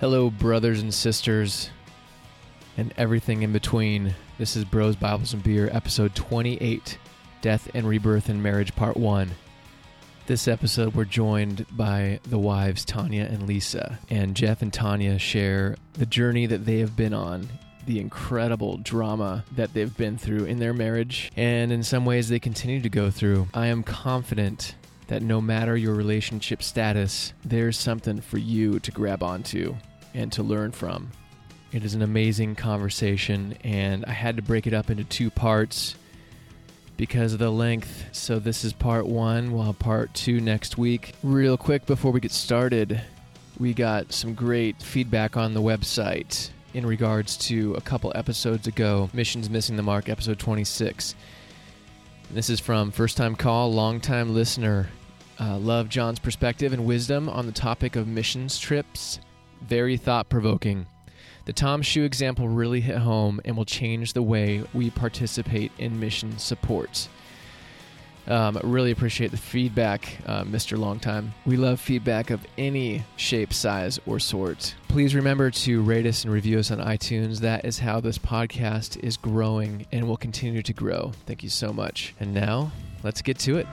Hello, brothers and sisters, and everything in between. This is Bros, Bibles, and Beer, episode 28 Death and Rebirth and Marriage, part 1. This episode, we're joined by the wives, Tanya and Lisa. And Jeff and Tanya share the journey that they have been on, the incredible drama that they've been through in their marriage, and in some ways they continue to go through. I am confident that no matter your relationship status, there's something for you to grab onto and to learn from. It is an amazing conversation, and I had to break it up into two parts because of the length. So, this is part one. We'll have part two next week. Real quick before we get started, we got some great feedback on the website in regards to a couple episodes ago Missions Missing the Mark, episode 26. This is from first time call, long time listener. Uh, love John's perspective and wisdom on the topic of missions trips. Very thought provoking. The Tom Shoe example really hit home and will change the way we participate in mission support. Um, really appreciate the feedback, uh, Mr. Longtime. We love feedback of any shape, size, or sort. Please remember to rate us and review us on iTunes. That is how this podcast is growing and will continue to grow. Thank you so much. And now, let's get to it.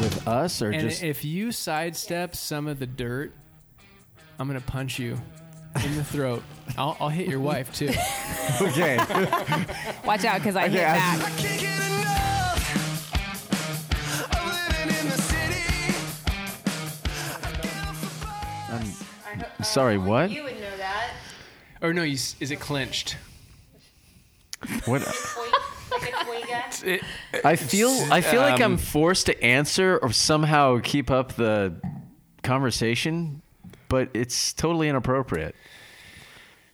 with us or And just if you sidestep some of the dirt, I'm gonna punch you in the throat. I'll, I'll hit your wife too. okay Watch out, because I hit I- back. Can't get enough of living in the city. I get off the bus. sorry what You would know that. or no, you, s- is it clenched? what Boinga. i feel i feel like i'm forced to answer or somehow keep up the conversation but it's totally inappropriate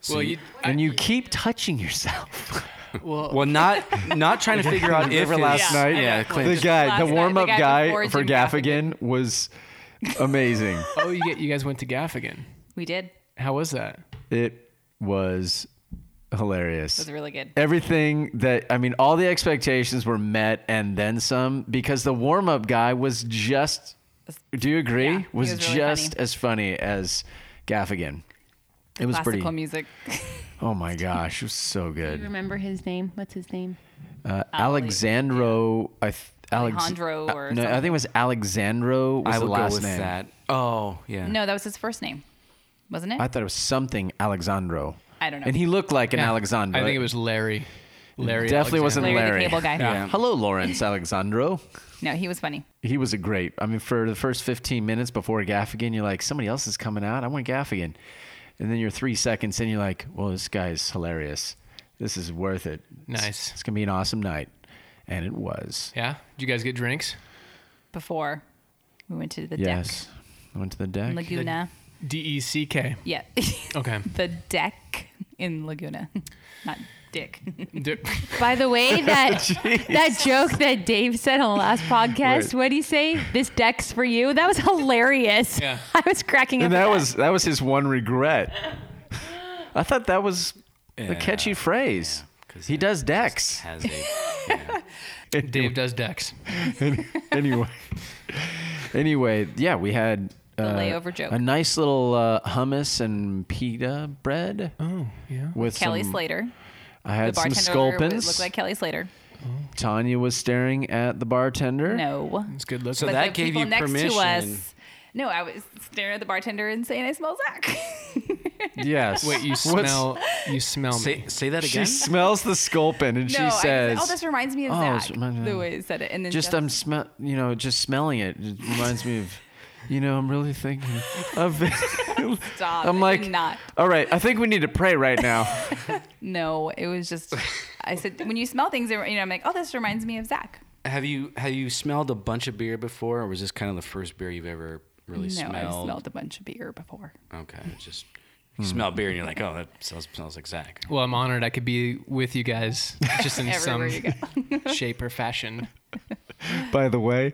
well, you, I, and you keep touching yourself well, Well, not not trying to figure out if Remember last it's- night Yeah, the clenched. guy Last night, the the warm-up guy guy, before for Jim gaffigan was amazing oh, you get you guys went to Gaffigan. We did. It How was that? it was hilarious was really good. everything that I mean, all the expectations were met and then some because the warm up guy was just. Do you agree? Yeah, he was, was really just funny. as funny as Gaffigan. It was Classical pretty. music. Oh my gosh, it was so You good. remember his name? What's his name? Uh, Alexandro, I th- Alex- Alejandro uh, or no, I think it was Alexandro. Was I the would last go with name. that. Oh yeah. No, that was his first name, wasn't it? I thought it was something Alexandro. I don't know. And he looked like an Yeah. Alexandro. I think it was Larry. Larry Definitely Alexander. wasn't Larry, Larry. the cable guy. Yeah. Hello, Lawrence Alexandro. No, he was funny. he was a great. I mean, for the first 15 minutes before Gaffigan, you're like, somebody else is coming out. I want Gaffigan. And then you're three seconds in, you're like, well, this guy is hilarious. This is worth it. It's- Nice. It's, going to be an awesome night. And it was. Yeah. Did you guys get drinks? Before we went to the Yes. I went to the deck deck. in Laguna. D E C K. yeah, Okay. the deck in Laguna, not Dick. D- E By the way, that that joke that Dave said on the last Wait. podcast, what would he say? This deck's for you. That was hilarious. Yeah. I was cracking up. and at that was that was his one regret. I thought that was a catchy phrase. 'cause He it does just decks. Has a, Dave does decks. anyway, anyway, yeah, we had uh, layover joke. A nice little uh, hummus and pita bread. Oh, yeah. With Kelly some- Slater, I the had some bartender sculpins. looked like Kelly Slater. Tanya was staring at the bartender. No, It's good looking. So but that the gave people you next permission. to us. No, I was staring at the bartender and saying, "I smell Zach." Yes. Wait, you What's- smell. You smell me. say say that She again. smells the sculpin and no, she says, I, "Oh, this reminds me of Oh, it's Zach." reminding- The way he said it, and then "Just Jeff- I'm smell. You know, just smelling it, it reminds me of." You know, I'm really thinking of. stop. I'm I like, did not. all right. I think we need to pray right now. No, it was just. I said when you smell things, they were- you know, I'm like, oh, this reminds me of Zach. Have you have you smelled a bunch of beer before, or was this kind of the first beer you've ever really no, smelled? I've smelled a bunch of beer before. Okay, it's just you smell beer and you're like, oh, that smells, smells like Zach. Well, I'm honored I could be with you guys just in some Everywhere you go. shape or fashion. By the way,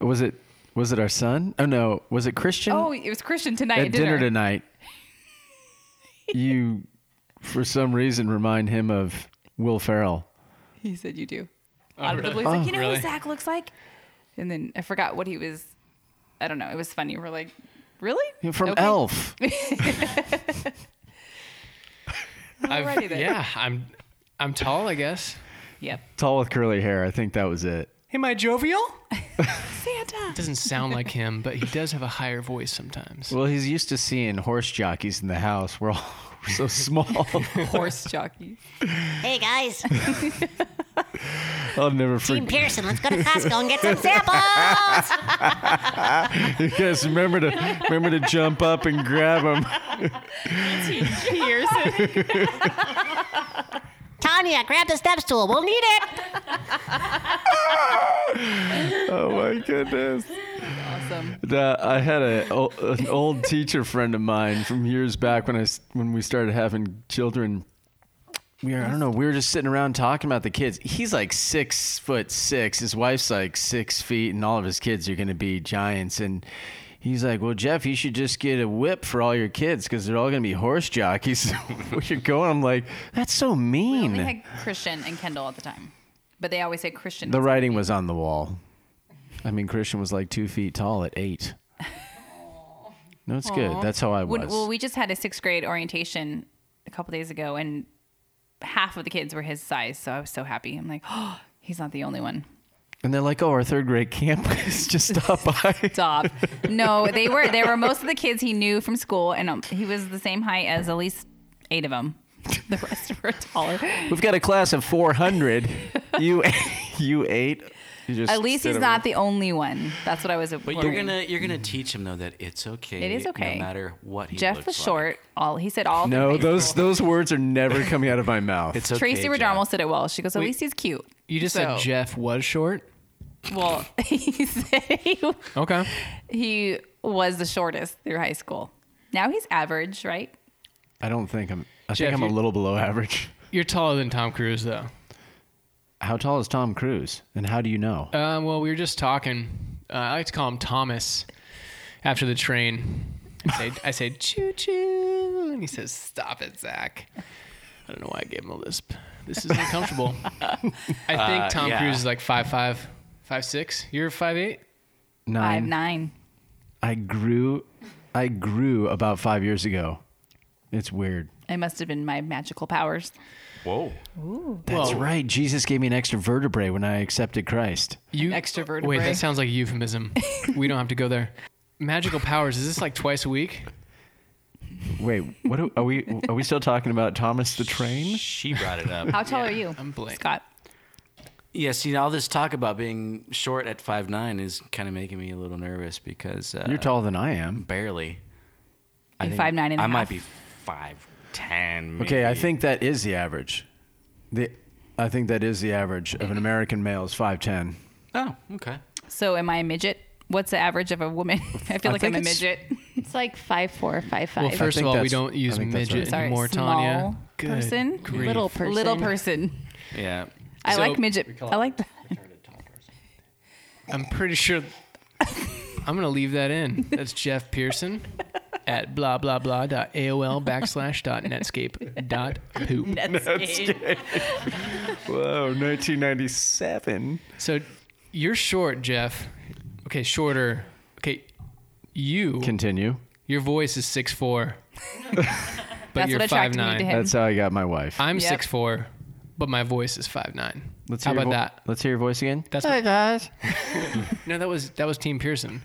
was it was it our son? Oh no, was it Christian? Oh, it was Christian tonight at at dinner, tonight, you for some reason remind him of Will Ferrell. He said you do. Out of the blue, he's like, you know who Zach looks like? And then I forgot what he was. I don't know. It was funny. We're like, really? From Okay. Elf. Alrighty then. yeah, I'm I'm tall, I guess. Yep. Tall with curly hair. I think that was it. Am I jovial? Santa. Doesn't sound like him, but he does have a higher voice sometimes. Well, he's used to seeing horse jockeys in the house. We're all so small. Horse jockey. Hey guys, I'll never Team forget. Pearson, let's go to Costco and get some samples. You guys remember to remember to jump up and grab them. Pearson. Tanya, grab the step stool. We'll need it. Oh my goodness. awesome. Uh, I had a o- an old teacher friend of mine from years back when I s- when we started having children. We were, I don't know. We were just sitting around talking about the kids. He's like six foot six. His wife's like six feet, and all of his kids are going to be giants. And he's like, "Well, Jeff, you should just get a whip for all your kids because they're all going to be horse jockeys." we should go. I'm like, "That's so mean." They had Christian and Kendall at the time, but they always say Christian. the was- writing was on the wall. I mean, Christian was like two feet tall at eight. No, it's good. That's how I was. When- well, we just had a sixth grade orientation a couple days ago, and half of the kids were his size, so I was so happy. I'm like, oh, he's not the only one. and they're like, "Oh, our third grade camp is just stopped by." Stop. no, they were. They were most of the kids he knew from school, and um, he was the same height as at least eight of them. The rest were taller. We've got a class of four hundred. you, you eight. You just At least he's sit not the only one. That's what I was. But you're gonna you're gonna teach him though that it's okay. It is okay. no matter what he Jeff looks was like. short. All he said. All over- through No, high those school. those words are never coming out of my mouth. It's okay. Tracy Jeff. Radarmo said it well. She goes, "At Wait, least he's cute." You just said So- Jeff was short. Well, he said he Okay. he was the shortest through high school. Now he's average, right? I don't think I'm. I Jeff, think I'm a you- little below average. You're taller than Tom Cruise, though. How tall is Tom Cruise, and how do you know? Uh, well, we were just talking. Uh, I like to call him Thomas after the train. I say, I say choo choo, and he says, "Stop it, Zach." I don't know why I gave him a lisp. This is uncomfortable. I Uh, think Tom yeah. Cruise is like five five, five six. You're five eight. Five Nine. nine. I grew, I grew about five years ago. It's weird. It must have been my magical powers. That's Whoa. right. Jesus gave me an extra vertebrae when I accepted Christ. You extra Wait, vertebrae. that sounds like a euphemism. we don't have to go there. Magical powers. Is this like twice a week? Wait, what are, are we? Are we still talking about Thomas the Train? She brought it up. How tall are you? I'm blank. Scott. yeah, see, all this talk about being short at five nine is kind of making me a little nervous because uh, You're taller than I am. barely. I You're think 5'9" and a I might half. be five ten. Okay, I think that is the average. The I think that is the average of an American male is five ten. Oh, okay. So am I a midget? What's the average of a woman? I feel I like I'm think a it's- midget. It's like five four, five five. Well, first of think all, we that's- don't I use think that's midget right. Sorry, anymore, small Tanya. Good person, grief. little person, little person. Yeah. I So- like midget. I like that. I'm pretty sure. I'm gonna leave that in. That's Jeff Pearson at blah blah blah dot AOL backslash dot Netscape dot poop. Whoa, 1997. So you're short, Jeff. Okay, shorter. Okay, you. Continue. your voice is six four, but That's you're what five attracted me to nine. him. That's how I got my wife. I'm Yep. six four, but my voice is five nine. Let's How hear about your vo- that? Let's hear your voice again. That's hey guys. no, that was that was Team Pearson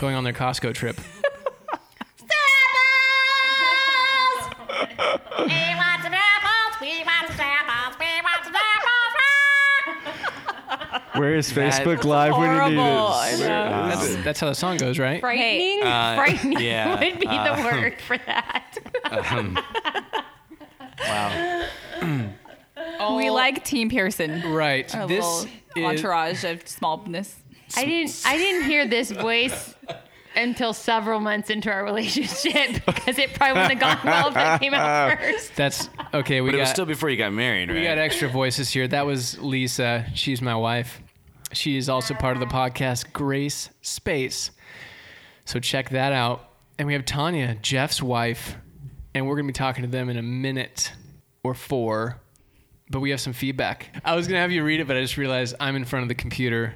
going on their Costco trip. Samples! we want some apples. We want some apples. We want some apples. Where is Facebook Live when you need it? That's, that's how the song goes, right? frightening, frightening Uh, yeah, um, would be Uh, the word for that. We like Team Pearson. Right. A This little is, entourage of smallness. I didn't. I didn't hear this voice until several months into our relationship because it probably wouldn't have gone well if it came out first. that's okay. We But it was got still before you got married, right? we got extra voices here. That was Lisa. She's my wife. She is also part of the podcast Grace Space. So check that out. And we have Tanya, Jeff's wife, and we're gonna be talking to them in a minute or four. But we have some feedback. I was gonna have you read it, but I just realized I'm in front of the computer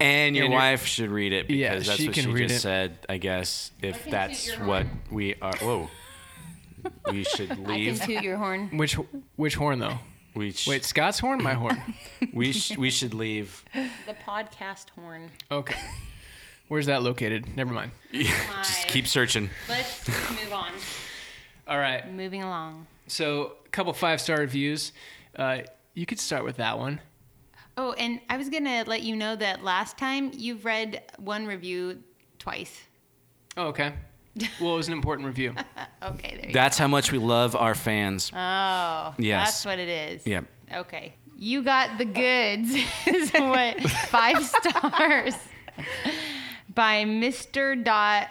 And your And your- wife should read it because Yeah, that's she what can she read just it. said, I guess, if can that's toot your what horn. we are. Whoa. we should I can leave. toot your horn. Which which horn though? We, sh- Wait, Scott's horn, my horn. we, sh- we should leave. The podcast horn. Okay. Where's that located? Never mind. Just keep searching. Let's move on. All right. Moving along. So, a couple five star reviews. Uh, you could start with that one. Oh, and I was gonna let you know that last time you've read one review twice. Oh, okay. Well, it was an important review. Okay, there you That's how much we love our fans. go. Oh, Yes. that's what it is. yeah. Okay. You got the goods is what five stars by Mr. Dot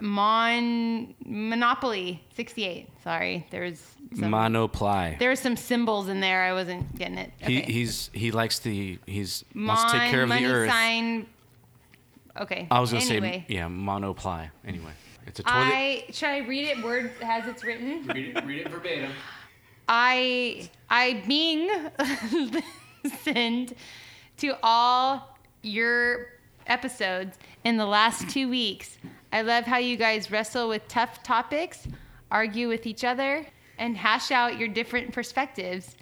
Mon Monopoly sixty eight. Sorry. There's some Monoply. there were some symbols in there. I wasn't getting it. He, Okay. he's he likes the he's wants to take Mon care of the money earth. sign. Okay. I was gonna anyway, say yeah, monoply. Anyway, it's a toilet. I should I read it word as it's written? read, it, read it verbatim. I I Bing listened to all your episodes in the last two weeks. I love how you guys wrestle with tough topics, argue with each other, and hash out your different perspectives.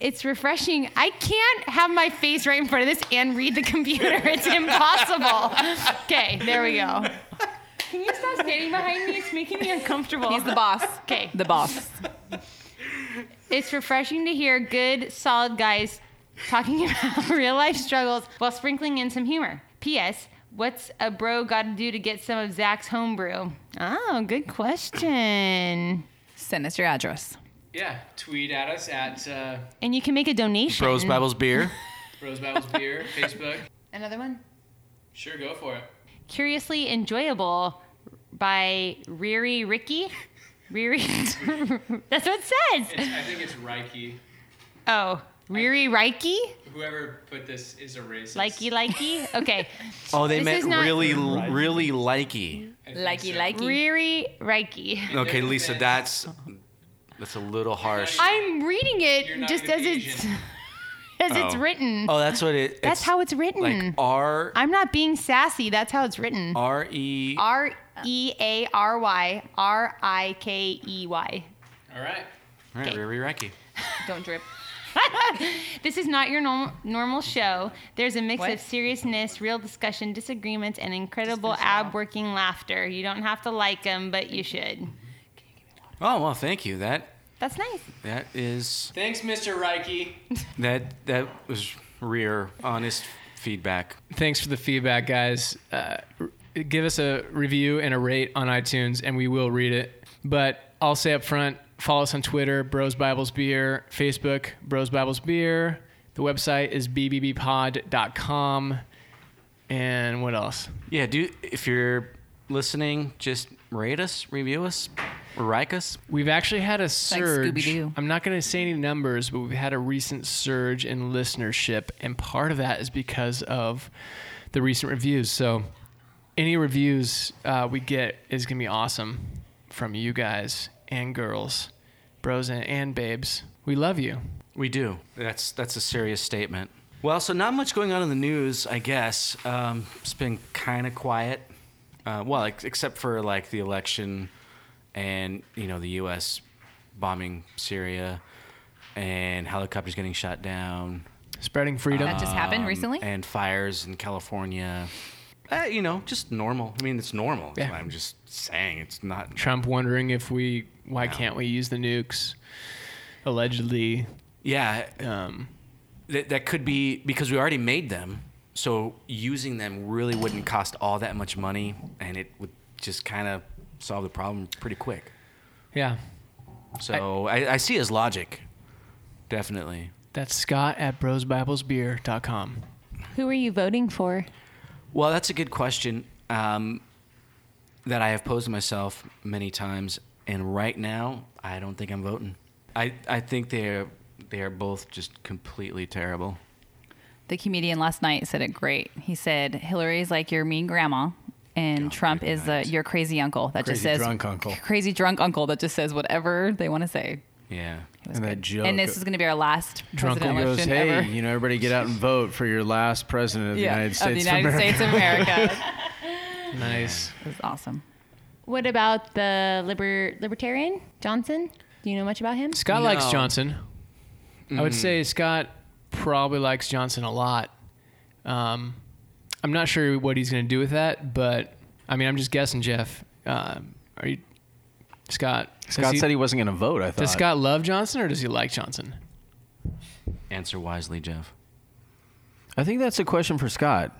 It's refreshing. I can't have my face right in front of this and read the computer. It's impossible. Okay, there we go. Can you stop standing behind me? It's making me uncomfortable. He's the boss. Okay. The boss. It's refreshing to hear good, solid guys talking about real life struggles while sprinkling in some humor. P.S. What's a bro got to do to get some of Zach's homebrew? Oh, good question. Send us your address. Yeah. Tweet at us at uh, And you can make a donation. Bros Bibles beer. Rose Battles Beer, Facebook. Another one. Sure, go for it. Curiously enjoyable by Riri Ricky. Riri. That's what it says. I think it's Reiki. Oh, Riri Reiki? Whoever put this is a racist. Likey, likey? Okay. Oh, they This meant is not- really really likey. Likey, likey. Riri Reiki. Okay, They're Lisa, meant- that's that's a little harsh. I'm reading You're it not just even as it's Asian. as it's Oh. written. Oh, that's what it. That's how it's written. like R I'm not being sassy. That's how it's written. R E. R E A R Y R I K E Y. All right. Right, Riri Reiki. Don't drip. This is not your normal normal show. There's a mix What? of seriousness, real discussion, disagreements, and incredible ab-working laughter. You don't have to like them, but you should. Oh well, thank you. That That's nice. that is Thanks, Mr. Reiki. that that was rear honest feedback. Thanks for the feedback, guys. Uh, r- give us a review and a rate on iTunes, and we will read it. But I'll say up front follow us on Twitter, Bros Bibles Beer, Facebook, Bros Bibles Beer. The website is bbbpod.com. And what else? Yeah, do if you're listening, just rate us, review us, like us. We've actually had a surge. Scooby-Doo. I'm not going to say any numbers, but we've had a recent surge in listenership, and part of that is because of the recent reviews. So, any reviews uh, we get is going to be awesome from you guys and girls, bros and, and babes. We love you. We do. That's that's a serious statement. Well, so not much going on in the news, I guess. Um, it's been kind of quiet. Uh, well, ex- except for like the election, and you know the U.S. bombing Syria, and helicopters getting shot down, um, Spreading freedom. That just happened recently. and fires in California. Uh, you know, just normal. I mean, it's normal. Yeah. I'm just saying, it's not Trump wondering if we, why can't we use the nukes? Allegedly. Yeah, Um, that, that could be because we already made them. So using them really wouldn't cost all that much money, and it would just kind of solve the problem pretty quick. yeah. So I, I, see his logic, definitely. That's Scott at brosbiblesbeer.com. Who are you voting for? Well, that's a good question um, that I have posed to myself many times, and right now I don't think I'm voting. I, I think they're they are both just completely terrible. The comedian last night said it great. He said Hillary's like your mean grandma, and Trump is the your crazy uncle that just Crazy says drunk uncle. Crazy drunk uncle that just says whatever they want to say. Yeah. And that joke. and this is going to be our last Drunkle president goes, election hey, ever. you know, everybody get out and vote for your last president of the United States of the of United America. States of America. Nice. it was awesome. What about the liber- libertarian Johnson? Do you know much about him? Scott likes No. Mm-hmm. Johnson. I would say Scott probably likes Johnson a lot. Um, I'm not sure what he's going to do with that, but I mean, I'm just guessing, Jeff. Um are you Scott? does Scott said he wasn't going to vote, I thought. Does Scott love Johnson or does he like Johnson? Answer wisely, Jeff. I think that's a question for Scott.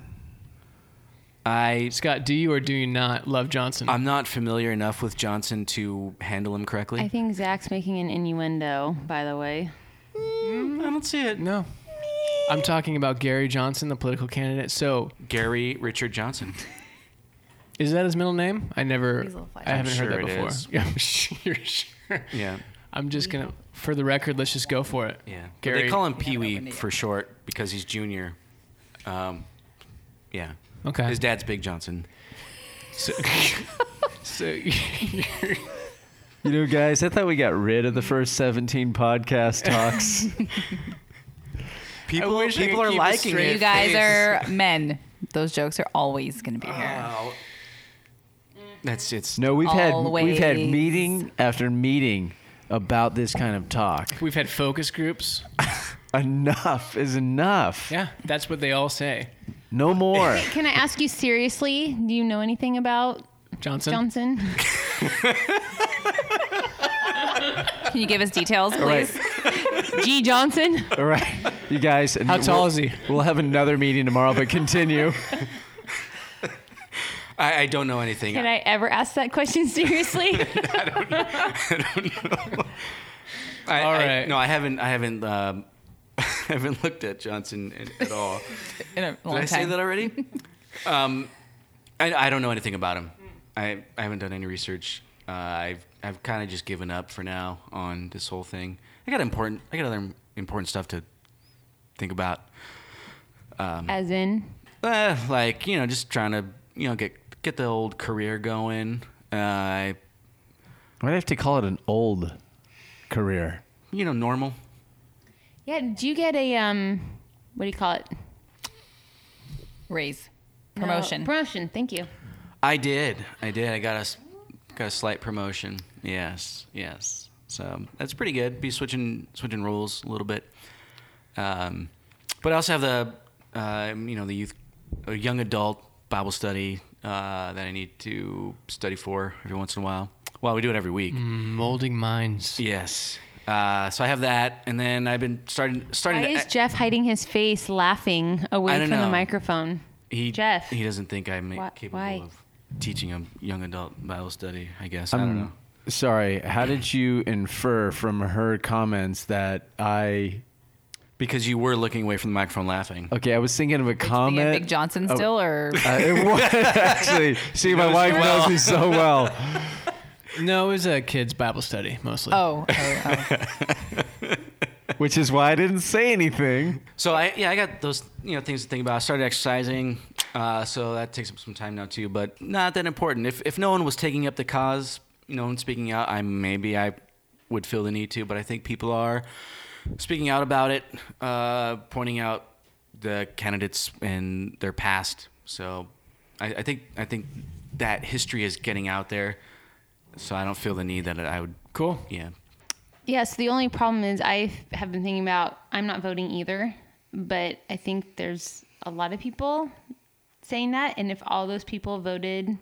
I Scott, do you or do you not love Johnson? I'm not familiar enough with Johnson to handle him correctly. I think Zach's making an innuendo, by the way. I don't see it. no. I'm talking about Gary Johnson, the political candidate. So, Gary Richard Johnson. is that his middle name? I never, a little flashy. I haven't I'm sure heard that it before. is. Yeah, I'm sure- you're sure. Yeah. I'm just gonna, for the record, let's just go for it. Yeah. But Gary. They call him Pee Wee for short because he's junior. Um, yeah. Okay. His dad's Big Johnson. So, so You know, guys, I thought we got rid of the first 17 podcast talks. People, wish I people could are keep a liking straight- it. You guys face. are men. Those jokes are always going to be Ah. here. Oh. That's it's. No, we've had we've had Always. meeting after meeting about this kind of talk. we've had focus groups. Enough is enough. Yeah, that's what they all say. No more. Can I ask you seriously? Do you know anything about Johnson. Johnson? Can you give us details, All right. please? G. Johnson? All right. You guys. How tall is he? We'll have another meeting tomorrow, but continue. I, I don't know anything. Can I ever ask that question seriously? I, All I- right. no, I haven't. I haven't. Um, I haven't looked at Johnson at- at all. In a long Did I say time. that already? um, I, I don't know anything about him. I, I haven't done any research. Uh, I've I've kind of just given up for now on this whole thing. I got important. I got other important stuff to think about. Um, As in, Uh, like you know, just trying to you know get get the old career going. Uh, I- Might have to call it an old career. you know, normal. yeah, did you get a, um, what do you call it? Raise. No, Promotion. promotion, thank you. I did. I did. I got a s- got a slight promotion. Yes. Yes. So that's pretty good. Be switching switching roles a little bit. Um, but I also have the uh, you know the youth or young adult Bible study uh, that I need to study for every once in a while. Well, we do it every week. Mm, Molding minds. Yes. Uh, so I have that, and then I've been starting starting. Why to, is Jeff hiding his face laughing away I don't from the know. microphone? he, Jeff? He doesn't think I'm Why- capable why? of teaching a young adult Bible study. I guess I don't Um, know. Sorry. How did you infer from her comments that I? Because you were looking away from the microphone laughing. Okay, I was thinking of a Thinking of comment. Big Johnson still, or Uh, it was actually. See, my wife knows me so well. No, it was a kids' Bible study mostly. oh, oh, oh. which is why I didn't say anything. So I yeah I got those you know things to think about. I started exercising, uh, so that takes up some time now too, but not that important. If if no one was taking up the cause, no one speaking out, I maybe I would feel the need to, but I think people are speaking out about it, uh, pointing out the candidates and their past. So I, I think I think that history is getting out there. So I don't feel the need that I would. Cool. Yeah. Yes, the only problem is I have been thinking about I'm not voting either, but I think there's a lot of people saying that. And if all those people voted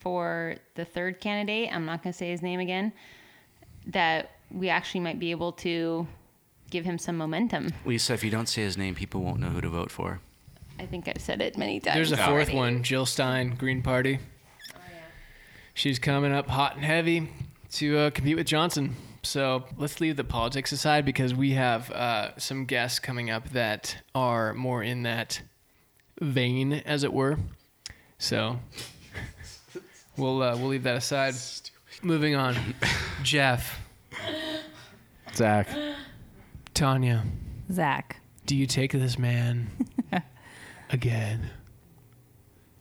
for the third candidate, I'm not going to say his name again, that we actually might be able to give him some momentum. Lisa, if you don't say his name, people won't know who to vote for. I think I've said it many times. There's a fourth already. one, Jill Stein, Green Party. She's coming up hot and heavy to uh, compete with Johnson. So let's leave the politics aside because we have uh, some guests coming up that are more in that vein, as it were. So we'll uh, we'll leave that aside. Moving on, Jeff, Zach, Tanya, Zach. do you take this man again?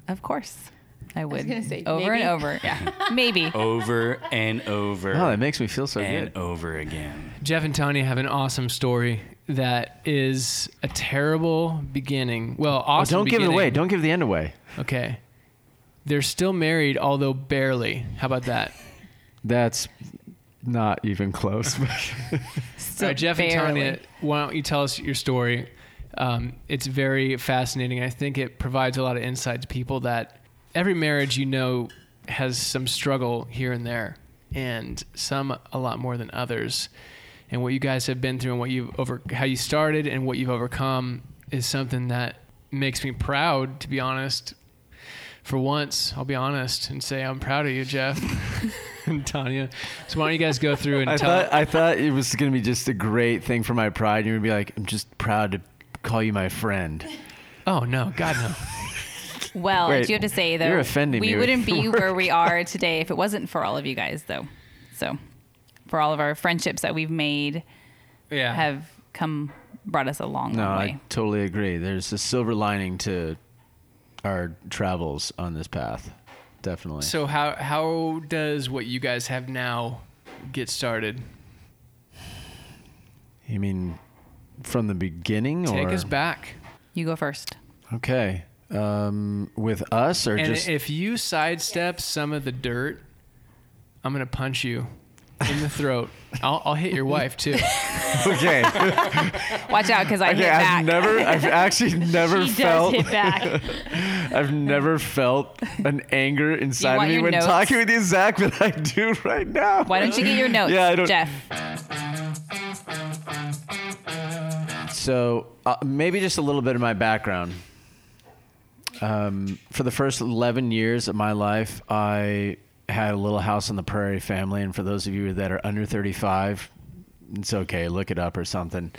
Of course. I would. gonna say, over maybe. and over. Yeah. maybe. Over and over. Oh, that makes me feel so and good. over again. Jeff and Tony have an awesome story that is a terrible beginning. Well, Oh, awesome don't give it beginning. away. Don't give the end away. Okay. They're still married, although barely. How about that? That's not even close. All Still uh, right, Jeff and barely. Tanya, why don't you tell us your story? Um, it's very fascinating. I think it provides a lot of insight to people that every marriage you know has some struggle here and there, and some a lot more than others. And what you guys have been through, and what you've over, how you started, and what you've overcome, is something that makes me proud. To be honest, for once, I'll be honest and say I'm proud of you, Jeff and Tanya. So why don't you guys go through and I tell? thought I thought it was gonna be just a great thing for my pride. You're gonna be like, I'm just proud to call you my friend. oh no, God no. Well, I Wait, do have to say though, you're offending we me with wouldn't be your where we are today if it wasn't for all of you guys, though. So, for all of our friendships that we've made, Yeah. have come brought us a long, No, long way. I totally agree. There's a silver lining to our travels on this path. Definitely. so how how does what you guys have now get started? you mean from the beginning Take or us back. you go first. Okay. Um, with us or And just if you sidestep some of the dirt, I'm gonna punch you in the throat. I'll, I'll hit your wife too. okay? Watch out, because I hit Okay, I've back. never, I've actually never She felt, does hit back. I've never felt an anger inside of want me your when notes? talking with you, Zach, but I do right now. Why don't you get your notes, Yeah, I don't- Jeff? So uh, maybe just a little bit of my background. Um, for the first 11 years of my life, I had a little house on the prairie family. And for those of you that are under 35, it's okay, look it up or something.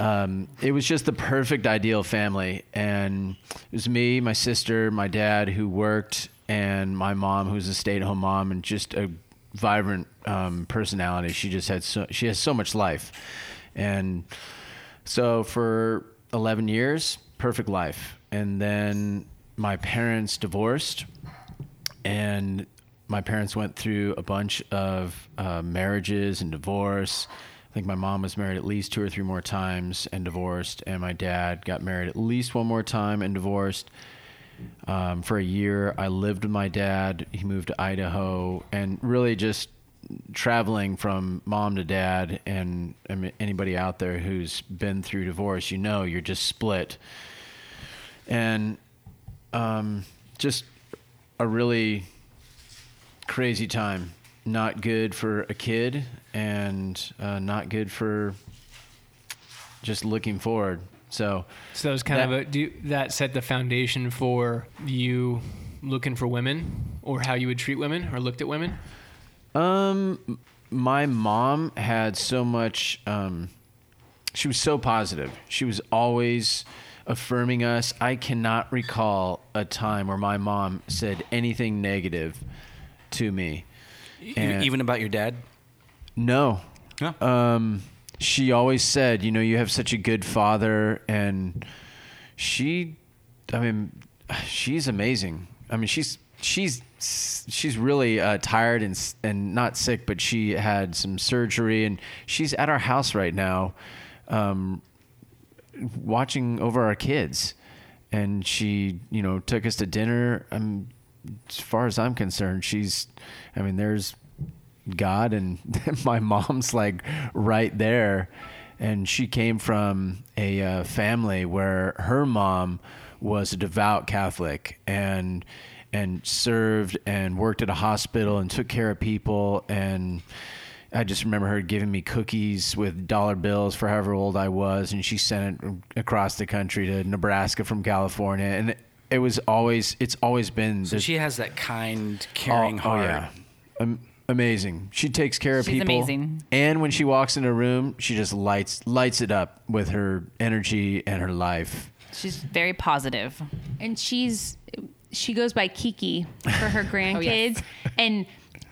Um, it was just the perfect ideal family. And it was me, my sister, my dad who worked, and my mom who's a stay at home mom and just a vibrant um, personality. She just had so, she has so much life. And so for 11 years, perfect life. And then my parents divorced, and my parents went through a bunch of uh, marriages and divorce. I think my mom was married at least two or three more times and divorced, and my dad got married at least one more time and divorced um, for a year. I lived with my dad. He moved to Idaho, and really just traveling from mom to dad. And I mean, anybody out there who's been through divorce, you know, you're just split. And um, just a really crazy time. Not good for a kid, and uh, not good for just looking forward. So, So that was kind That- of a do, that set the foundation for you looking for women or how you would treat women or looked at women. Um, m- my mom had so much. Um, she was so positive. She was always affirming us. I cannot recall a time where my mom said anything negative to me. And- E-, Even about your dad? Uh, no, Yeah. um, she always said, you know, you have such a good father, and she, I mean, she's amazing. I mean, she's she's she's really uh, tired and s- and not sick, but she had some surgery, and she's at our house right now, um, watching over our kids. And she, you know, took us to dinner. Um, as far as I'm concerned, she's, I mean, there's God and my mom's like right there. And she came from a uh, family where her mom was a devout Catholic and and served and worked at a hospital and took care of people and I just remember her giving me cookies with dollar bills for however old I was, and she sent it across the country to Nebraska from California, and it was always it's always been So this she has that kind, oh, caring heart. Am- amazing. She takes care of She's people. amazing. And when she walks in a room, she just lights lights it up with her energy and her life. She's very positive. and she's she goes by Kiki for her grandkids, and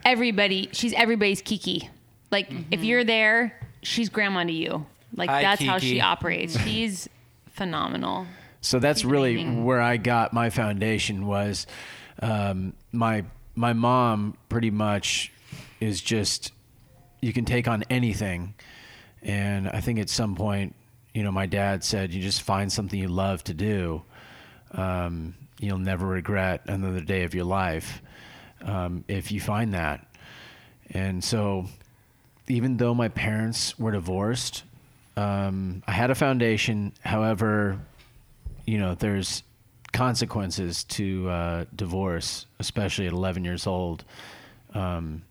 everybody she's everybody's Kiki. Like if you're there, she's grandma to you. Like Hi, that's how Kiki. she operates. She's phenomenal. So that's really where I got my foundation was um, my my mom pretty much is just you can take on anything, and I think at some point, you know, my dad said you just find something you love to do. Um, you'll never regret another day of your life um, if you find that. And so, even though my parents were divorced, um, I had a foundation. However, you know, there's consequences to uh, divorce, especially at 11 years old, um,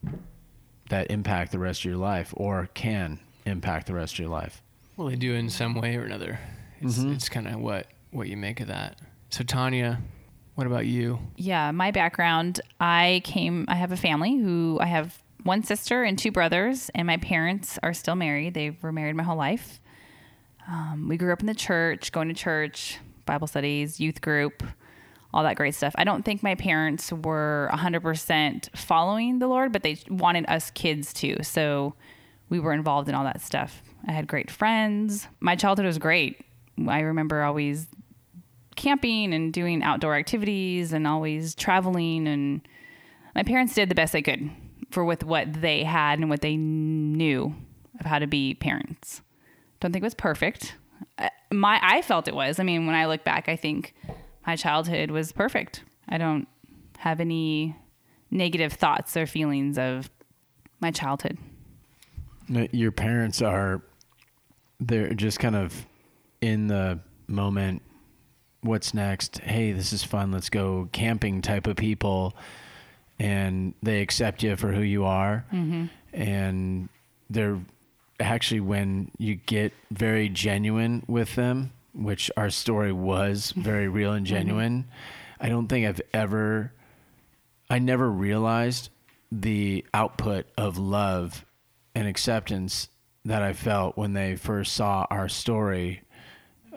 that impact the rest of your life or can impact the rest of your life. Well, they do in some way or another. It's, Mm-hmm. it's kind of what what you make of that. So Tanya, what about you? yeah, my background, I came, I have a family who I have one sister and two brothers, and my parents are still married. They were married my whole life. Um, we grew up in the church, going to church, Bible studies, youth group, all that great stuff. I don't think my parents were 100% following the Lord, but they wanted us kids to. So we were involved in all that stuff. I had great friends. My childhood was great. I remember always camping and doing outdoor activities and always traveling and my parents did the best they could for with what they had and what they knew of how to be parents don't think it was perfect Uh, my i felt it was i mean when i look back i think my childhood was perfect i don't have any negative thoughts or feelings of my childhood Your parents are, they're just kind of in the moment. What's next? Hey, this is fun. Let's go camping type of people. And they accept you for who you are. And they're actually, when you get very genuine with them, which our story was very real and genuine, I don't think I've ever I never realized the output of love and acceptance that I felt when they first saw our story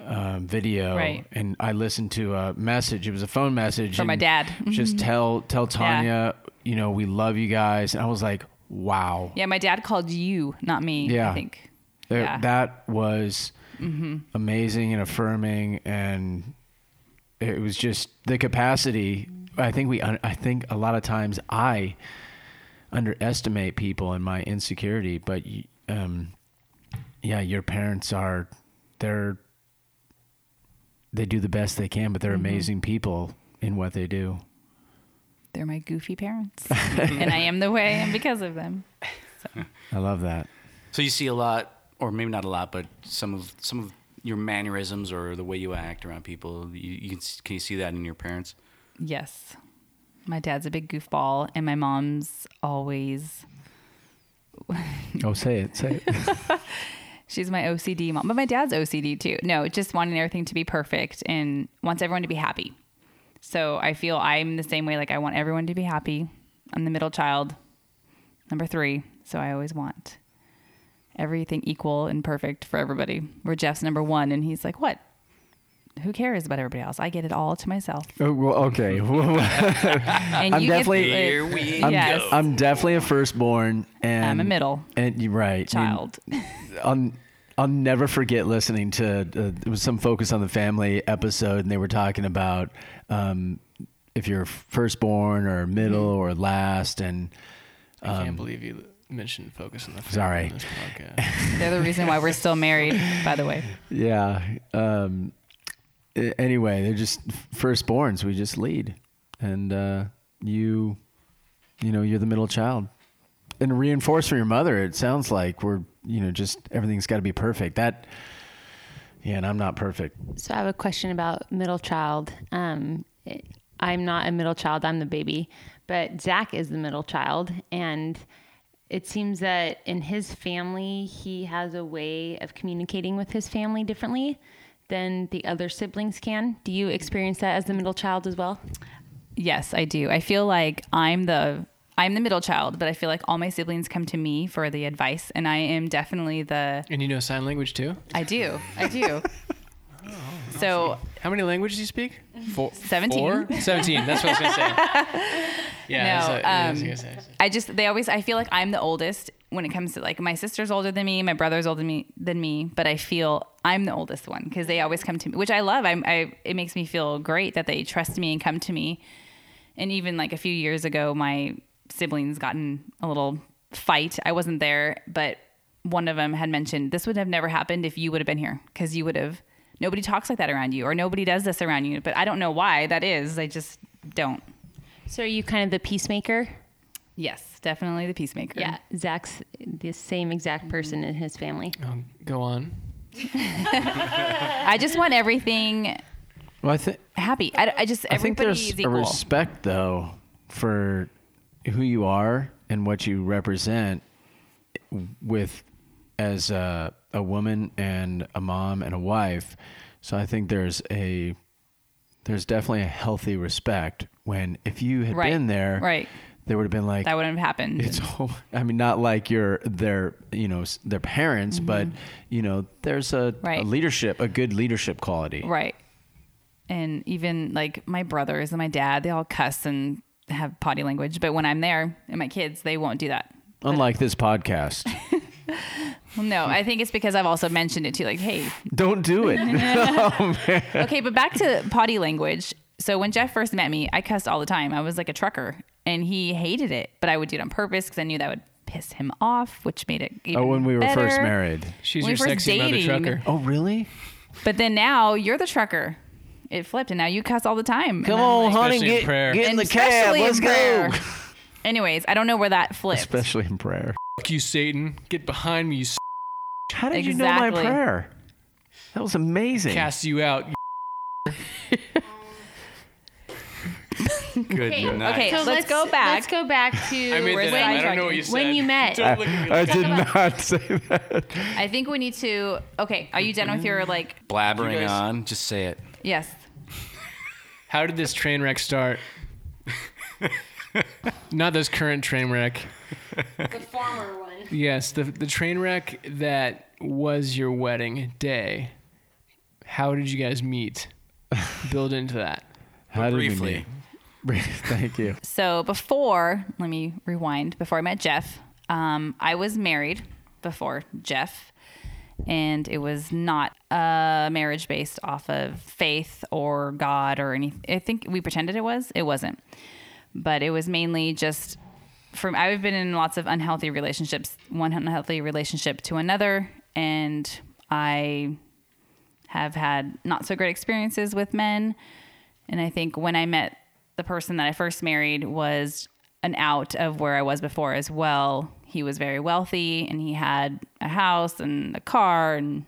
um, video. Right. And I listened to a message. It was a phone message From my and dad. Mm-hmm. Just tell tell Tanya, you know, we love you guys. And I was like, wow. yeah my dad called you not me Yeah. i think There- Yeah. That was amazing and affirming, and it was just the capacity. I think we, I think a lot of times I underestimate people and my insecurity, but y- um, yeah, your parents are they're they do the best they can, but they're amazing people in what they do. they're my goofy parents and i am the way and because of them I love that. So you see a lot, or maybe not a lot, but some of some of your mannerisms or the way you act around people. You, you can, s- can you see that in your parents? Yes. My dad's a big goofball, and my mom's always, Oh, say it, say it. she's my OCD mom. But my dad's OCD too. No, just wanting everything to be perfect and wants everyone to be happy. So I feel I'm the same way. Like, I want everyone to be happy. I'm the middle child, number three. So I always want everything equal and perfect for everybody. Where Jeff's number one, and he's like, what? Who cares about everybody else? I get it all to myself. oh, well, okay. And I'm you get- definitely- like- Here we I'm- I'm, Yes. I'm definitely a firstborn, and I'm a middle And you're right, I mean, child. I'll, I'll never forget listening to uh, it was some focus on the family episode, and they were talking about um, if you're firstborn or middle Mm-hmm. or last, and I can't believe you mentioned focus on the family Sorry. on this podcast. They're the reason why we're still married, by the way. yeah. Um, a- anyway, they're just firstborns. We just lead, and uh, you, you know, you're the middle child, and reinforced from your mother. It sounds like we're, you know, just everything's got to be perfect. That, yeah, and I'm not perfect. So I have a question about middle child. Um, it- I'm not a middle child. I'm the baby, but Zach is the middle child, and it seems that in his family he has a way of communicating with his family differently than the other siblings can. Do you experience that as the middle child as well? Yes, I do. I feel like I'm the I'm the middle child, but I feel like all my siblings come to me for the advice and I am definitely the and you know sign language too. I do. I do. so, How many languages do you speak? Four. 17. Four? Seventeen. That's what I was gonna say. Yeah. No, that's what I was um, gonna say. I just they always I feel like I'm the oldest when it comes to like my sister's older than me, my brother's older than me than me, but I feel I'm the oldest one because they always come to me, which I love. I'm, I it makes me feel great that they trust me and come to me and even like a few years ago, my siblings got in a little fight. I wasn't there, but one of them had mentioned this would have never happened if you would have been here because you would have. Nobody talks like that around you, or nobody does this around you. But I don't know why that is. I just don't. So are you kind of the peacemaker? Yes, definitely the peacemaker. Yeah, Zach's the same exact person Mm-hmm. in his family. Oh, go on. I just want everything Well, I think happy. I, I just I think everybody there's is a equal. respect though for who you are and what you represent with as a, a woman and a mom and a wife. So I think there's a there's definitely a healthy respect when if you had Right. been there, Right. they would have been like that wouldn't have happened. it's all, I mean not like your their you know s- their parents, but you know there's a, a Mm-hmm. Right. leadership a good leadership quality. Right. And even like my brothers and my dad, they all cuss and have potty language. But when I'm there and my kids, they won't do that. Unlike this podcast, No, I think it's because I've also mentioned it too. Like, hey, don't do it. okay, but back to potty language. So when Jeff first met me, I cussed all the time. I was like a trucker and he hated it, but I would do it on purpose because I knew that would piss him off, which made it even Oh, when we were first better. married. She's When your we first sexy mother dating- trucker. Oh, really? But then now you're the trucker. It flipped and now you cuss all the time. Come on, honey, Especially in get, prayer. get in the cab. especially Let's in prayer. go. Anyways, I don't know where that flipped. Especially in prayer. Fuck you, Satan. Get behind me, you s- How did you know my Exactly. prayer? That was amazing. cast you out. you Good night. Okay, So let's, go back. Let's go back to I made We're that up. I don't know what you sidetracking. said. when you met. I, Don't look at me I like that. did not say that. I think we need to. Okay, are you done with your like? Blabbering You guys- on. Just say it. Yes. How did this train wreck start? Not this current train wreck. The former one. Yes, the the train wreck that was your wedding day. How did you guys meet? Build into that. How did we Briefly. meet? Thank you. So before, let me rewind. Before I met Jeff, um, I was married before Jeff, and it was not a marriage based off of faith or God or anything. I think we pretended it was. It wasn't, but it was mainly just from I've been in lots of unhealthy relationships, one unhealthy relationship to another, and I have had not so great experiences with men. And I think when I met the person that I first married was an out of where I was before as well. He was very wealthy and he had a house and a car and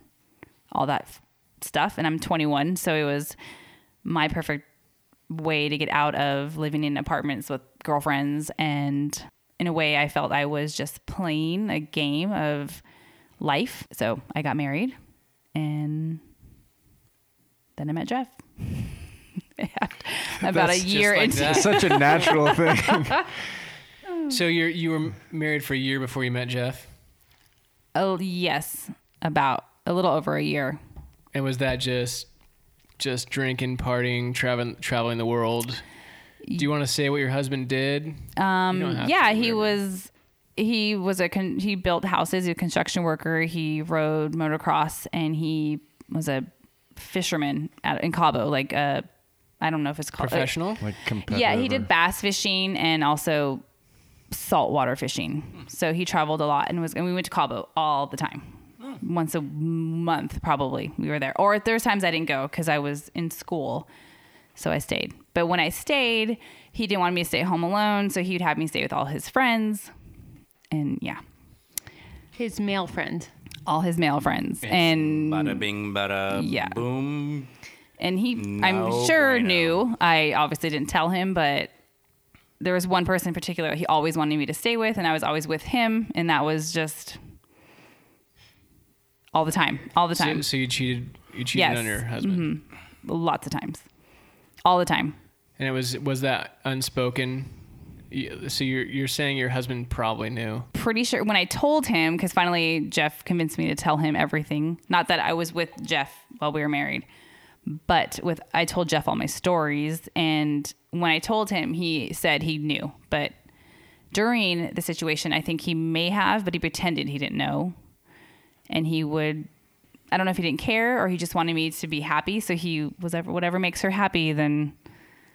all that f- stuff. And I'm 21, so it was my perfect way to get out of living in apartments with girlfriends. And in a way, I felt I was just playing a game of life. So I got married and then I met Jeff. About a That's just year like into that. Such a natural thing. So you are you were married for a year before you met Jeff, Oh yes, about a little over a year. and was that just just drinking, partying, traveling traveling the world? Do you want to say what your husband did? Um, yeah, he was he was a con- he built houses, he was a construction worker, he rode motocross and he was a fisherman at, in Cabo, like a I don't know if it's called uh, professional. like yeah, he did bass fishing and also saltwater fishing. So he traveled a lot and was and we went to Cabo all the time. Once a month probably. We were there. Or there's times I didn't go cuz I was in school. So I stayed. But when I stayed, he didn't want me to stay home alone, so he'd have me stay with all his friends. And yeah, His male friend. all his male friends. And Bada bing, bada Mm, Yeah. boom. and he No i'm sure bueno. knew i obviously didn't tell him but there was one person in particular he always wanted me to stay with and i was always with him and that was just all the time all the So, time so you cheated. You cheated Yes. Mm-hmm. on your husband, lots of times all the time and it was was that unspoken. You- So you're you're saying your husband probably knew. pretty sure when i told him because finally jeff convinced me to tell him everything not that i was with jeff while we were married but with i told jeff all my stories and when i told him he said he knew but during the situation, I think he may have, but he pretended he didn't know. And he would, I don't know if he didn't care or he just wanted me to be happy. So he was ever, whatever makes her happy, then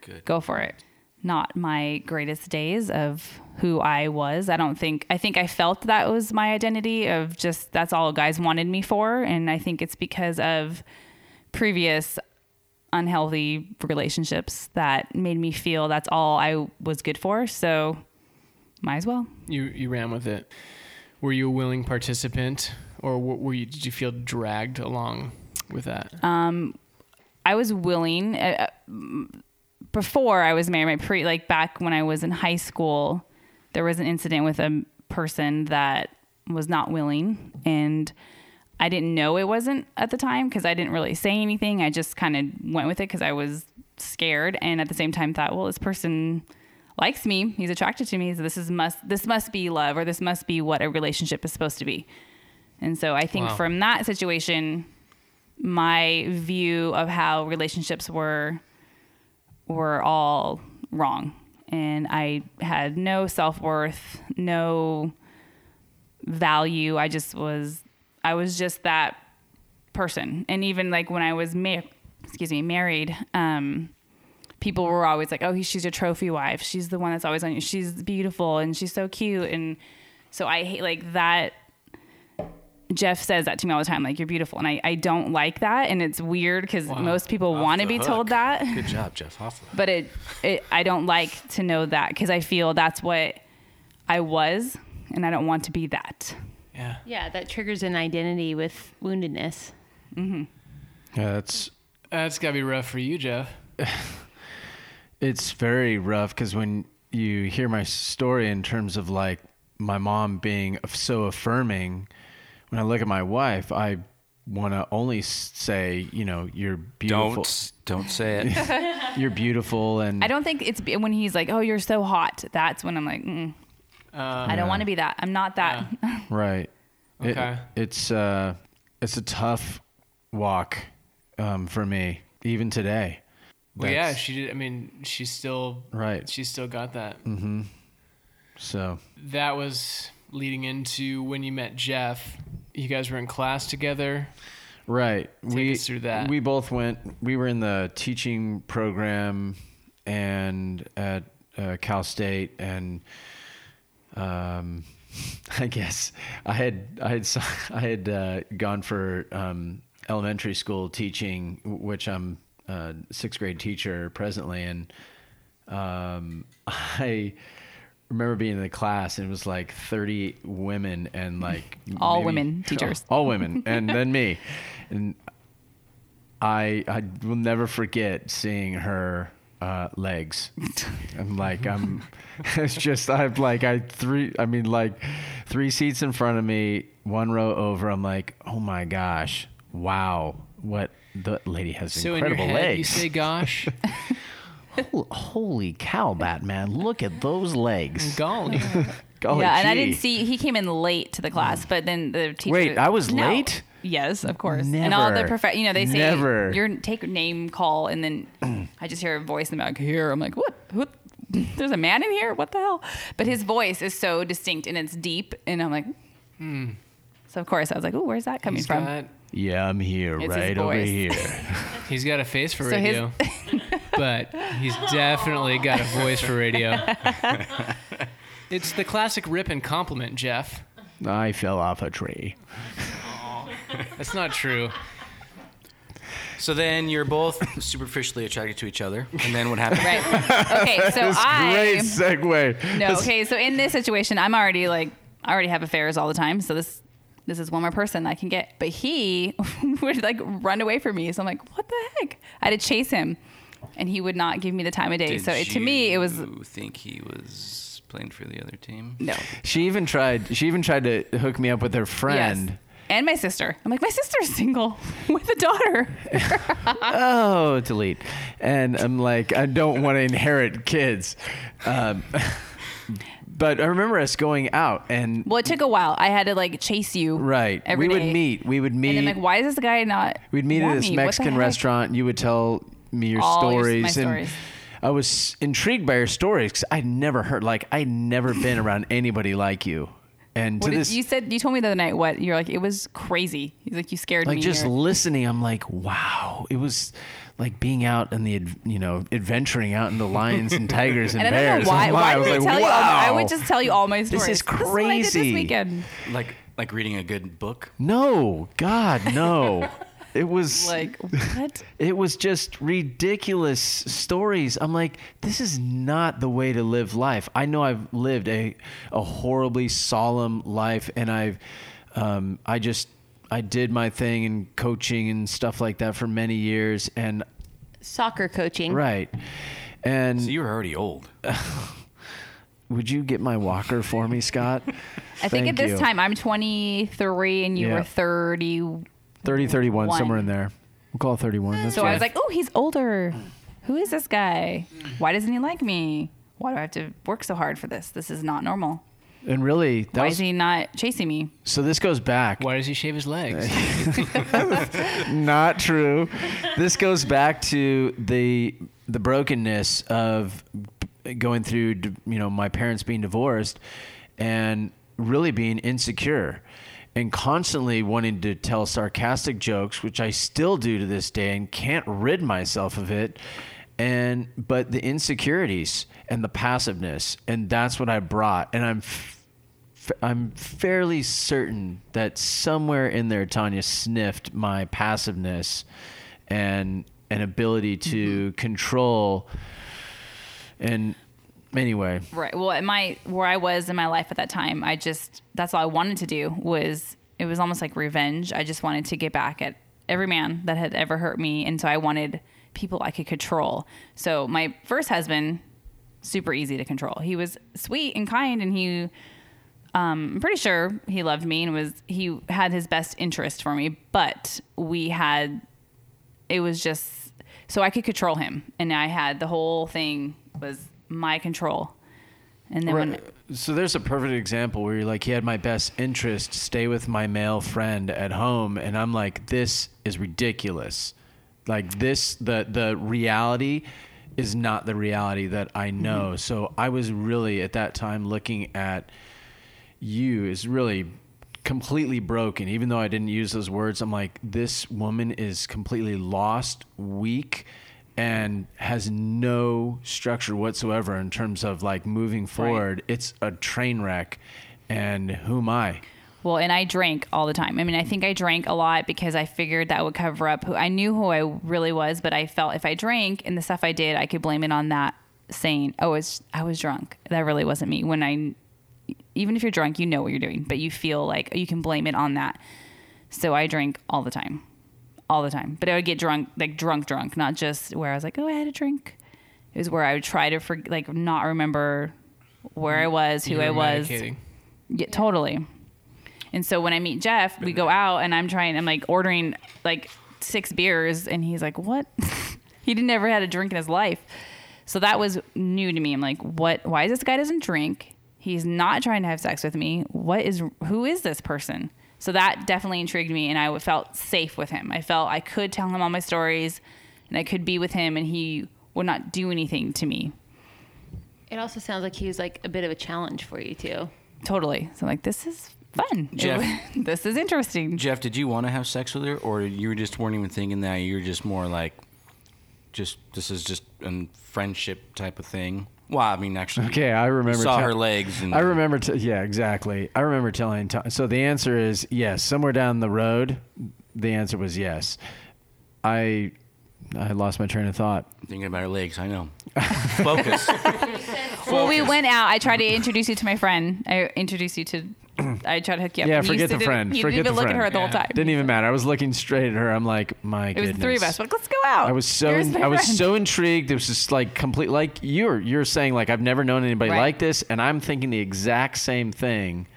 Good. go for it. not my greatest days of who I was. I don't think I think I felt that was my identity of just that's all guys wanted me for and I think it's because of previous unhealthy relationships that made me feel that's all I was good for. So might as well. You you ran with it. Were you a willing participant, or w- were you? Did you feel dragged along with that? I was willing uh, uh, before I was married. My pre like back when I was in high school, there was an incident with a person that was not willing, and I didn't know it wasn't at the time because I didn't really say anything. I just kind of went with it because I was scared, and at the same time thought, well, this person likes me. He's attracted to me. So this is must this must be love, or this must be what a relationship is supposed to be. And so I think Wow. from that situation, my view of how relationships were were all wrong and i had no self-worth no value i just was i was just that person and even like when i was ma- excuse me married um people were always like oh he- she's your trophy wife she's the one that's always on you she's beautiful and she's so cute and so i hate like that Jeff says that to me all the time, like you're beautiful, and I, I don't like that, and it's weird because most people want to the be hook. told that, Good job, Jeff. Off the hook. but it, it I don't like to know that because I feel that's what I was, and I don't want to be that. yeah. Yeah, that triggers an identity with woundedness. Yeah, that's That's gotta be rough for you, Jeff. It's very rough because when you hear my story in terms of like my mom being so affirming, when I look at my wife, I want to only s- say, you know, you're beautiful. Don't don't say it. You're beautiful, and I don't think it's when he's like, "Oh, you're so hot." That's when I'm like, Um, mm, "I don't want to be that. I'm not that." right. It- Okay. it's uh, it's a tough walk um, for me even today. Well, yeah, That's- she did. I mean, she still Right. Mm. She still got that. So That was leading into when you met Jeff. You guys were in class together. Right. we us through that. We both went. We were in the teaching program and at uh, Cal State, and um, I guess I had I had s- I had uh, gone for um, elementary school teaching, which I'm a sixth grade teacher presently, and um, I remember being in the class and it was like 30 women and like All women teachers. all women and then me and i i will never forget seeing her uh, legs i'm like i'm it's just i've like i three i mean like three seats in front of me one row over i'm like oh my gosh wow what the lady has So in your incredible head, legs you say, "Gosh, Hol- Holy cow, Batman! Look at those legs. golly." Golly yeah, and I Oh, gee. Mm. didn't see he came in late to the class, but then the teacher. Wait, I was No. late? Yes, of course. And all the Never. prof, you know, they say Never. your take name call, and then I just hear a voice in the back here. I'm like, what? What? There's a man in here? What the hell? But his voice is so distinct and it's deep, and I'm like, Hmm. so of course I was like, oh, where's that coming He's from? got, Yeah, I'm here, It's his right over voice. here. he's got a face for So his- radio, but he's definitely got a voice for radio. it's the classic rip and compliment, Jeff. I fell off a tree. That's not true. so then you're both superficially attracted to each other, and then what happened? Right. Okay, so I Great segue. No, okay. So in this situation, I'm already like I already have affairs all the time. So this this is one more person I can get. But he would like run away from me. So I'm like, what the heck? I had to chase him, and he would not give me the time of day. Did so it, to me, it was you Think he was playing for the other team? no. She even tried. She even tried to hook me up with her friend. Yes. And my sister. I'm like, my sister's single with a daughter. Oh, delete. And I'm like, I don't want to inherit kids. Um, but I remember us going out and Well, it took a while. I had to like chase you. right. Every we would day. meet. We would meet. And I'm like, why is this guy not? We'd meet at want this me? What the Mexican heck? restaurant. You would tell me your All your- my stories, and stories. I was intrigued by your stories because I'd never heard, like, I'd never been around anybody like you. And What to did- this, you said you told me the other night what you're like. It was crazy. He's like you scared like me. just You're- listening, I'm like, wow, it was like being out in the ad- you know adventuring out in the lions and tigers and, and I don't bears. know why. Oh, my. Why I did was I like, tell you? All, I wow. would just tell you all my This stories. is what I did this crazy. weekend. Like like reading a good book. No, God, no. it was Like what? it was just ridiculous stories. I'm like, this is not the way to live life. I know I've lived a a horribly solemn life, and I've um, I just I did my thing in coaching and stuff like that for many years, and Soccer Mm-hmm. coaching. right. And So you were already old. would you get my walker for me, Scott? I think Thank at this you. time I'm 23 and you Yeah. were 30. 30, 31, One. somewhere in there. We'll call it 31. That's So I fine. was like, oh, he's older. Who is this guy? Why doesn't he like me? Why do I have to work so hard for this? This is not normal. and really, that Why was, is he not chasing me? so this goes back. Why does he shave his legs? not true. This goes back to the the brokenness of going through, d- you know, my parents being divorced and really being insecure and constantly wanting to tell sarcastic jokes, which I still do to this day and can't rid myself of it. And but the insecurities and the passiveness, and that's what I brought, and I'm. F- f- I'm fairly certain that somewhere in there, Tanya sniffed my passiveness and an ability to control. And anyway, Right. Well, at my where I was in my life at that time, I just that's all I wanted to do was it was almost like revenge. I just wanted to get back at every man that had ever hurt me, and so I wanted people I could control. So my first husband, super easy to control. He was sweet and kind, and he, um, I'm pretty sure he loved me and was he had his best interest for me. But we had it was just so I could control him, and I had the whole thing was my control. And then when so there's a perfect example where you're like, he had my best interest, stay with my male friend at home. And I'm like, this is ridiculous. Like this, the, the reality is not the reality that I know. So I was really at that time looking at you is really completely broken. Even though I didn't use those words, I'm like, this woman is completely lost, weak, and has no structure whatsoever in terms of like moving forward. It's a train wreck. And who am I? well, and I drank all the time. I mean, I think I drank a lot because I figured that would cover up who I knew who I really was, but I felt if I drank and the stuff I did, I could blame it on that saying, "Oh, it's I was drunk. That really wasn't me." When I even if you're drunk, you know what you're doing, but you feel like you can blame it on that. So I drank all the time. All the time. But I would get drunk, like drunk drunk, not just where I was like, "Oh, I had a drink." It was where I would try to for, like not remember where I was, who You were I was. medicating. Yeah, totally. And so when I meet Jeff, we go out and I'm trying, I'm like ordering like six beers and he's like, what? he didn't ever had a drink in his life. So that was new to me. I'm like, what, why is this guy doesn't drink? He's not trying to have sex with me. What is, who is this person? So that definitely intrigued me and I felt safe with him. I felt I could tell him all my stories and I could be with him and he would not do anything to me. It also sounds like he was like a bit of a challenge for you too. Totally. So I'm like, this is fun. It Jeff- was- this is interesting. Jeff, did you want to have sex with her, or you were just weren't even thinking that? You were just more like, just this is just a friendship type of thing. Well, I mean, actually, Okay, I remember. saw tell- her legs, and I remember. T- yeah, exactly. I remember telling. Tom. so the answer is yes. Somewhere down the road, the answer was yes. I, I lost my train of thought. thinking about her legs. I know. Focus. Well, we went out. I tried to introduce you to my friend. I introduced you to. I tried to hook you up. Yeah, And you forget still the didn't- friend. You Forget didn't even the look at her friend. the whole time. Didn't even matter. I was looking straight at her. I'm like, my It was goodness. the three of us. We're like, let's go out. I was so Here's my I was friend. so intrigued. It was just like complete like you're you're saying like I've never known anybody Right. like this, and I'm thinking the exact same thing.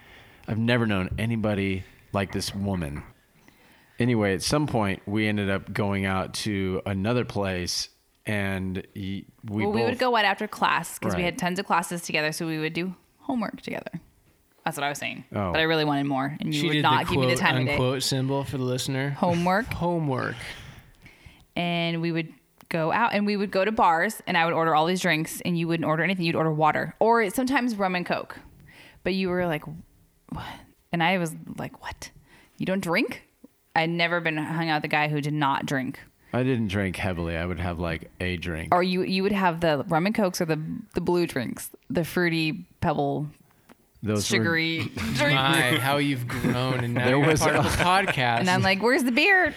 I've never known anybody like this woman. Anyway, at some point we ended up going out to another place, and y- we Well, we both- would go out after class because we Right. had tons of classes together, so we would do homework together. That's what I was saying. Oh. But I really wanted more, and you She would did not the give me the quote time of day. unquote symbol for the listener. Homework, Homework. and we would go out, and we would go to bars, and I would order all these drinks, and you wouldn't order anything. You'd order water or sometimes rum and coke, but you were like, what? And I was like, what? You don't drink? I'd never been hung out with a guy who did not drink. I didn't drink heavily. I would have like a drink. Or you you would have the rum and cokes or the the blue drinks, the fruity pebble Those were- sugary drink. My, how you've grown, and now There you're was part of the podcast And I'm like, where's the beer?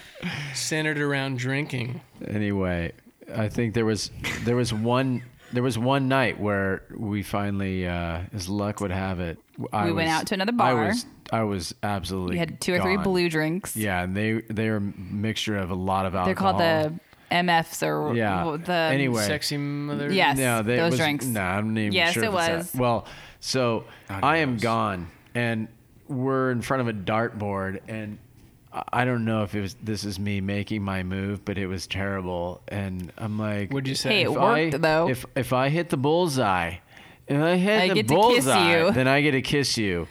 centered around drinking. anyway, I think there was there was one there was one night where we finally, uh, as luck would have it, I We went was- out to another I bar. was I was absolutely. You had two or three gone. blue drinks. Yeah, and they they are a mixture of a lot of alcohol. They're called the MFs or yeah. the anyway, Sexy mother. Yes, No, they, it those was, drinks. No, I'm not even Yes, sure. it if it's that. was. Well, so I am gone, and we're in front of a dartboard, and I I don't know if it was this is me making my move, but it was terrible, and I'm like, What'd you say? Hey, it if worked I, though. If if I hit the bullseye, if I hit I the get to kiss bullseye, you. then I get to kiss you.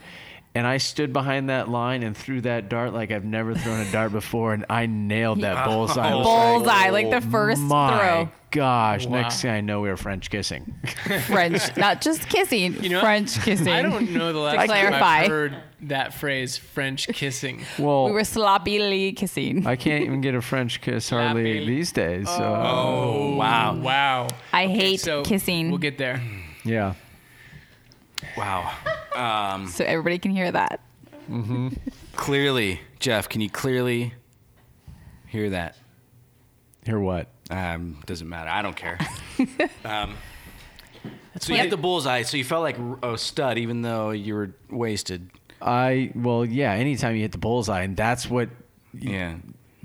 And I stood behind that line and threw that dart like I've never thrown a dart before, and I nailed that Oh, bullseye. I was like, bullseye, like the first Oh my throw. gosh! Next thing I know, we were French kissing. French, not just kissing, know- French kissing. I don't know the last time clarify. I've heard that phrase, French kissing. Well, We were sloppily kissing. I, I can't even get a French kiss hardly Happy. these days. So Oh, wow. Wow. hate so kissing. We'll get there. yeah, Wow. so everybody can hear that. Clearly, Jeff, can you clearly hear that? hear what? Um, doesn't matter. I don't care. um, so you why- hit the bullseye. So you felt like a stud, even though you were wasted. I well, yeah. Anytime you hit the bullseye, and that's what Yeah.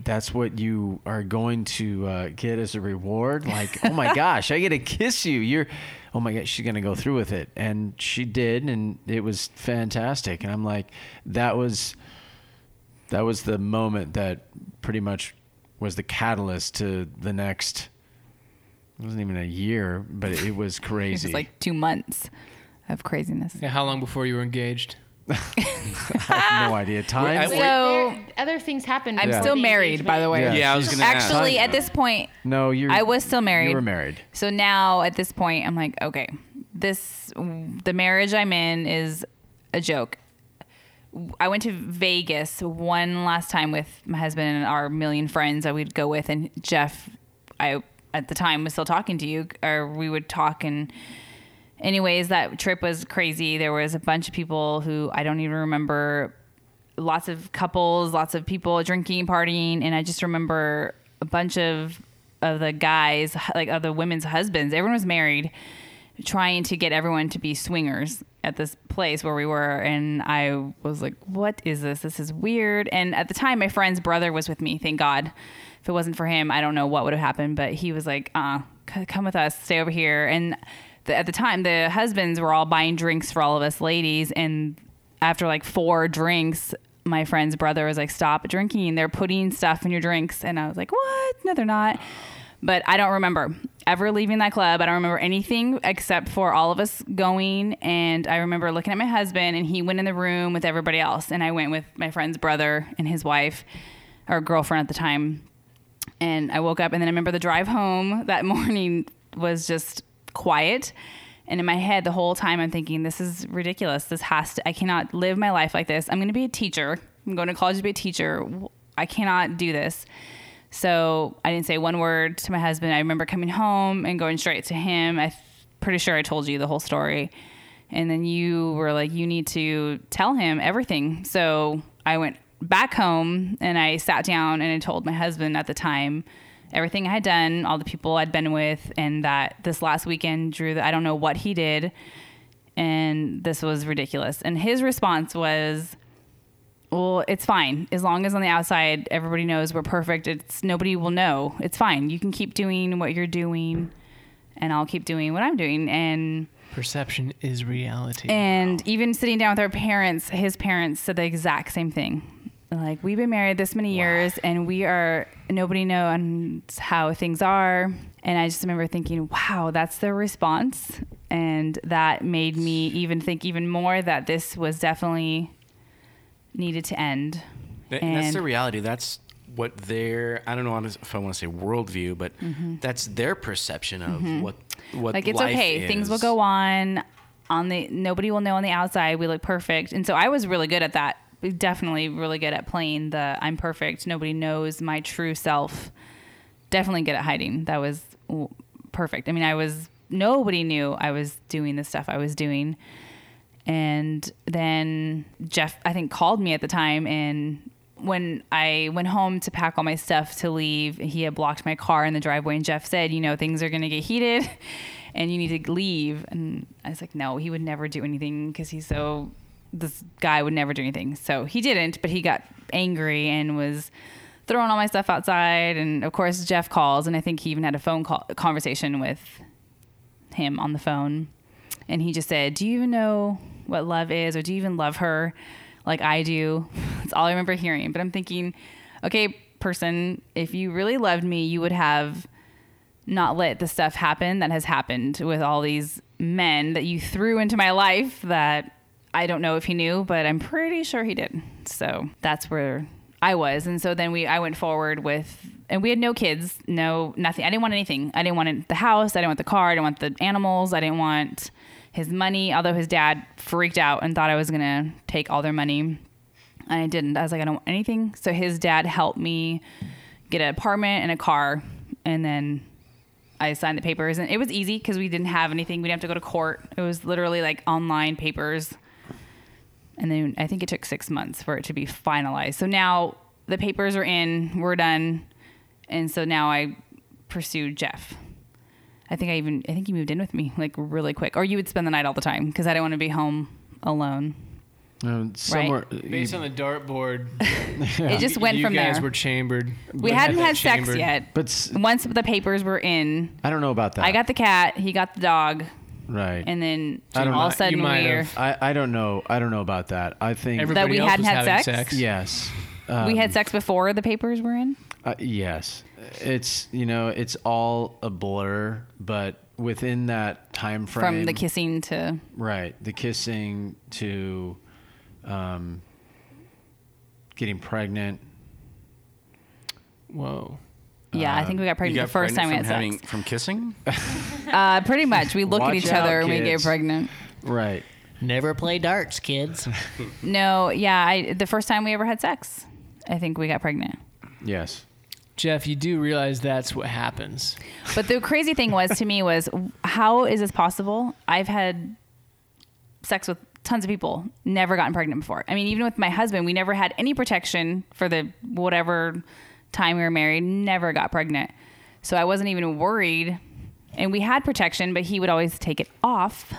that's what you are going to uh, get as a reward. Like, oh my gosh, I get to kiss you. You're, oh my gosh, she's gonna go through with it, and she did, and it was fantastic. And I'm like, that was, that was the moment that pretty much was the catalyst to the next. It wasn't even a year, but it was It was crazy. like two months of craziness. Yeah, how long before you were engaged? I have no idea. Time. I- So- There- other things happened. I'm Yeah. still married, by the way. Yeah. Yeah, I was gonna ask. Actually, at this point, no, you. I was still married. You were married. So now at this point, I'm like, okay, this the marriage I'm in is a joke. I went to Vegas one last time with my husband and our million friends I would go with, and Jeff, I at the time was still talking to you, or we would talk and. Anyways, that trip was crazy. There was a bunch of people who I don't even remember lots of couples, lots of people drinking, partying, and I just remember a bunch of of the guys, like of the women's husbands. Everyone was married, trying to get everyone to be swingers at this place where we were, and I was like, "What is this? This is weird." And at the time, my friend's brother was with me. Thank God. If it wasn't for him, I don't know what would have happened. But he was like, "Uh, c- come with us. Stay over here." And the, at the time, the husbands were all buying drinks for all of us ladies, and after like four drinks, my friend's brother was like, "Stop drinking! They're putting stuff in your drinks." And I was like, "What? No, they're not." But I don't remember ever leaving that club. I don't remember anything except for all of us going. And I remember looking at my husband, and he went in the room with everybody else, and I went with my friend's brother and his wife, or girlfriend at the time and I woke up and then I remember the drive home that morning was just quiet. And in my head, the whole time I'm thinking, this is ridiculous. This has to, I cannot live my life like this. I'm going to be a teacher. I'm going to college to be a teacher. I cannot do this. So I didn't say one word to my husband. I remember coming home and going straight to him. I'm pretty sure I told you the whole story. And then you were like, you need to tell him everything. So I went back home and I sat down and I told my husband at the time everything I had done, all the people I'd been with, and that this last weekend, Drew, I don't know what he did. And this was ridiculous. And his response was, well, it's fine. As long as on the outside everybody knows we're perfect, it's nobody will know. It's fine. You can keep doing what you're doing and I'll keep doing what I'm doing. And Perception is reality. and even sitting down with our parents, his parents said the exact same thing. Like we've been married this many years, and we are nobody knows how things are. And I just remember thinking, wow, that's their response, and that made me even think even more that this was definitely needed to end. Th- that's the And- reality. That's what their I don't know if I want to say worldview, but that's their perception of what what Mm-hmm. Like it's life okay, things will is. go on. on the nobody will know on the outside we look perfect and so i was really good at that definitely really good at playing the i'm perfect nobody knows my true self definitely good at hiding that was w- perfect i mean i was nobody knew i was doing the stuff i was doing and then jeff i think called me at the time and when i went home to pack all my stuff to leave he had blocked my car in the driveway and jeff said you know things are going to get heated and you need to leave and i was like no he would never do anything because he's so this guy would never do anything so he didn't but he got angry and was throwing all my stuff outside and of course jeff calls and i think he even had a phone call conversation with him on the phone and he just said, Do you even know what love is? Or do you even love her like I do? That's all I remember hearing. But I'm thinking, okay, person, if you really loved me, you would have not let the stuff happen that has happened with all these men that you threw into my life that I don't know if he knew, but I'm pretty sure he did. So that's where I was. And so then we I went forward with and we had no kids, no nothing. I didn't want anything. I didn't want the house, I didn't want the car, I didn't want the animals, I didn't want his money, although his dad freaked out and thought I was gonna take all their money. And I didn't. I was like, I don't want anything. So his dad helped me get an apartment and a car and then I signed the papers and it was easy because we didn't have anything. We didn't have to go to court. It was literally like online papers and then I think it took six months for it to be finalized. So now the papers are in, we're done, and so now I pursued Jeff. I think I even I think he moved in with me like really quick, or you would spend the night all the time because I didn't want to be home alone. Um, somewhere, Based on the dartboard, It just went you from guys there. were chambered. we hadn't had sex chambered. yet, but s- once the papers were in, I don't know about Ah. that. I got the cat, he got the dog, right. and then I don't all know. of a sudden You might we're have. I, I don't know. I don't know about that. I think Everybody we else hadn't was had having sex? yes, we Um, had sex before the papers were in. uh, yes. It's you know it's all a blur, but within that time frame From the kissing to Right. The kissing to um, getting pregnant. Whoa. yeah, I think we got Um, You pregnant got the first time pregnant we from had having, sex. From kissing? Uh, pretty much, we look at Watch each out, other and we get kids. pregnant. Right. Never play darts, kids. No, yeah, I, the first time we ever had sex, I think we got pregnant. Yes. Jeff, you do realize that's what happens. But the crazy thing was to me was how is this possible? I've had sex with tons of people, never gotten pregnant before. I mean, even with my husband, we never had any protection for the whatever time we were married, never got pregnant. So I wasn't even worried. And we had protection, but he would always take it off.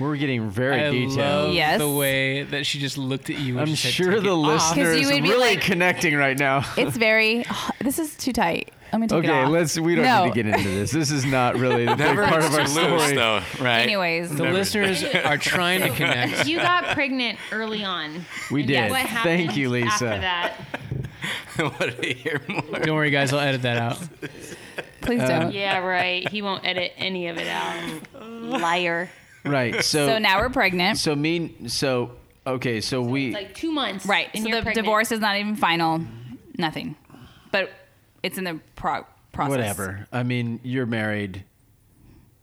We're getting very I detailed. love Yes. the way that she just looked at you. when I'm she said, sure "Take it the off." listener 'Cause you is would be really like- connecting right now. It's very, this is too tight. Let me take it Okay, off. let's. We don't No. need to get into this. This is not really the big Never part of our to lose, story. though, right? Anyways, The listeners are trying to connect. You got pregnant early on. We And did. What happened Thank you, Lisa. After that, what do you hear more? Don't worry, guys. I'll edit that out. please Uh, don't. yeah, right. He won't edit any of it out. Liar. Right. So. So now we're pregnant. So mean. So okay. So we. It's like two months. Right. And so you're the pregnant. divorce is not even final. Nothing. But it's in the pro- process. Whatever. I mean, you're married.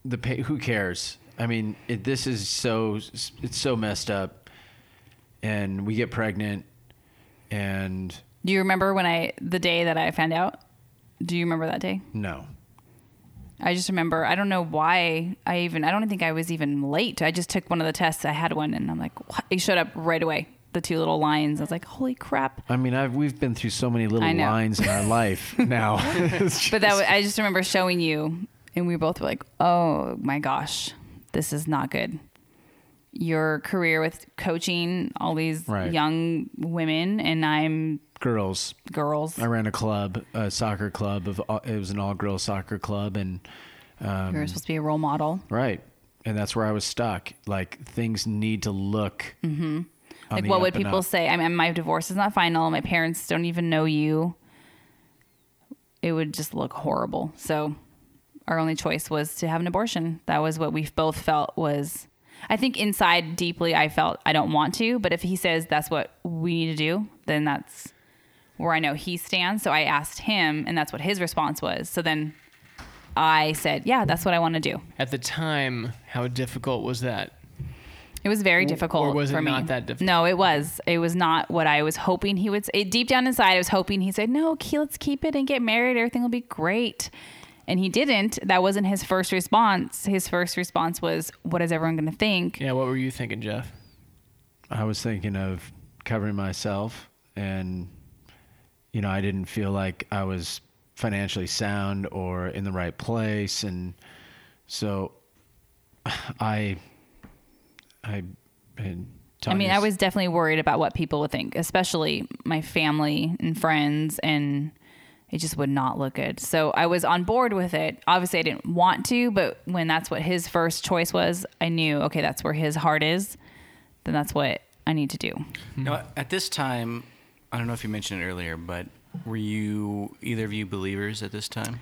The pay, who cares? I mean, it, this is so it's so messed up, and we get pregnant, and Do you remember when I the day that I found out? Do you remember that day? no, I just remember. I don't know why I even. I don't think I was even late. I just took one of the tests. I had one, and I'm like, what? it showed up right away. The two little lines. I was like, holy crap! I mean, I've we've been through so many I little know. lines in our life now. It's But that was, I just remember showing you, and we both were like, "Oh my gosh, this is not good." Your career with coaching all these Right. young women, and I'm girls. girls. I ran a club, a soccer club of all- it was an all girl soccer club, and you were supposed to be a role model. right, and that's where I was stuck. Like things need to look. Mm-hmm. Like, what would people say? I mean, my divorce is not final. My parents don't even know you. It would just look horrible. So, our only choice was to have an abortion. That was what we both felt was. I think inside deeply, I felt I don't want to. But if he says that's what we need to do, then that's where I know he stands. So I asked him, and that's what his response was. So then I said, yeah, that's what I want to do. At the time, how difficult was that? It was very Or- difficult or was it for me. not that difficult? No, it was. It was not what I was hoping he would say. Deep down inside, I was hoping he said, "No, Key, let's keep it and get married. Everything will be great." And he didn't. That wasn't his first response. His first response was, "What is everyone going to think?" Yeah, what were you thinking, Jeff? I was thinking of covering myself, and you know, I didn't feel like I was financially sound or in the right place, and so I, I, and I mean, I Tanya's- was definitely worried about what people would think, especially my family and friends, and it just would not look good. So I was on board with it. Obviously, I didn't want to, but when that's what his first choice was, I knew, okay, that's where his heart is, then that's what I need to do. Now, at this time, I don't know if you mentioned it earlier, but were you either of you believers at this time?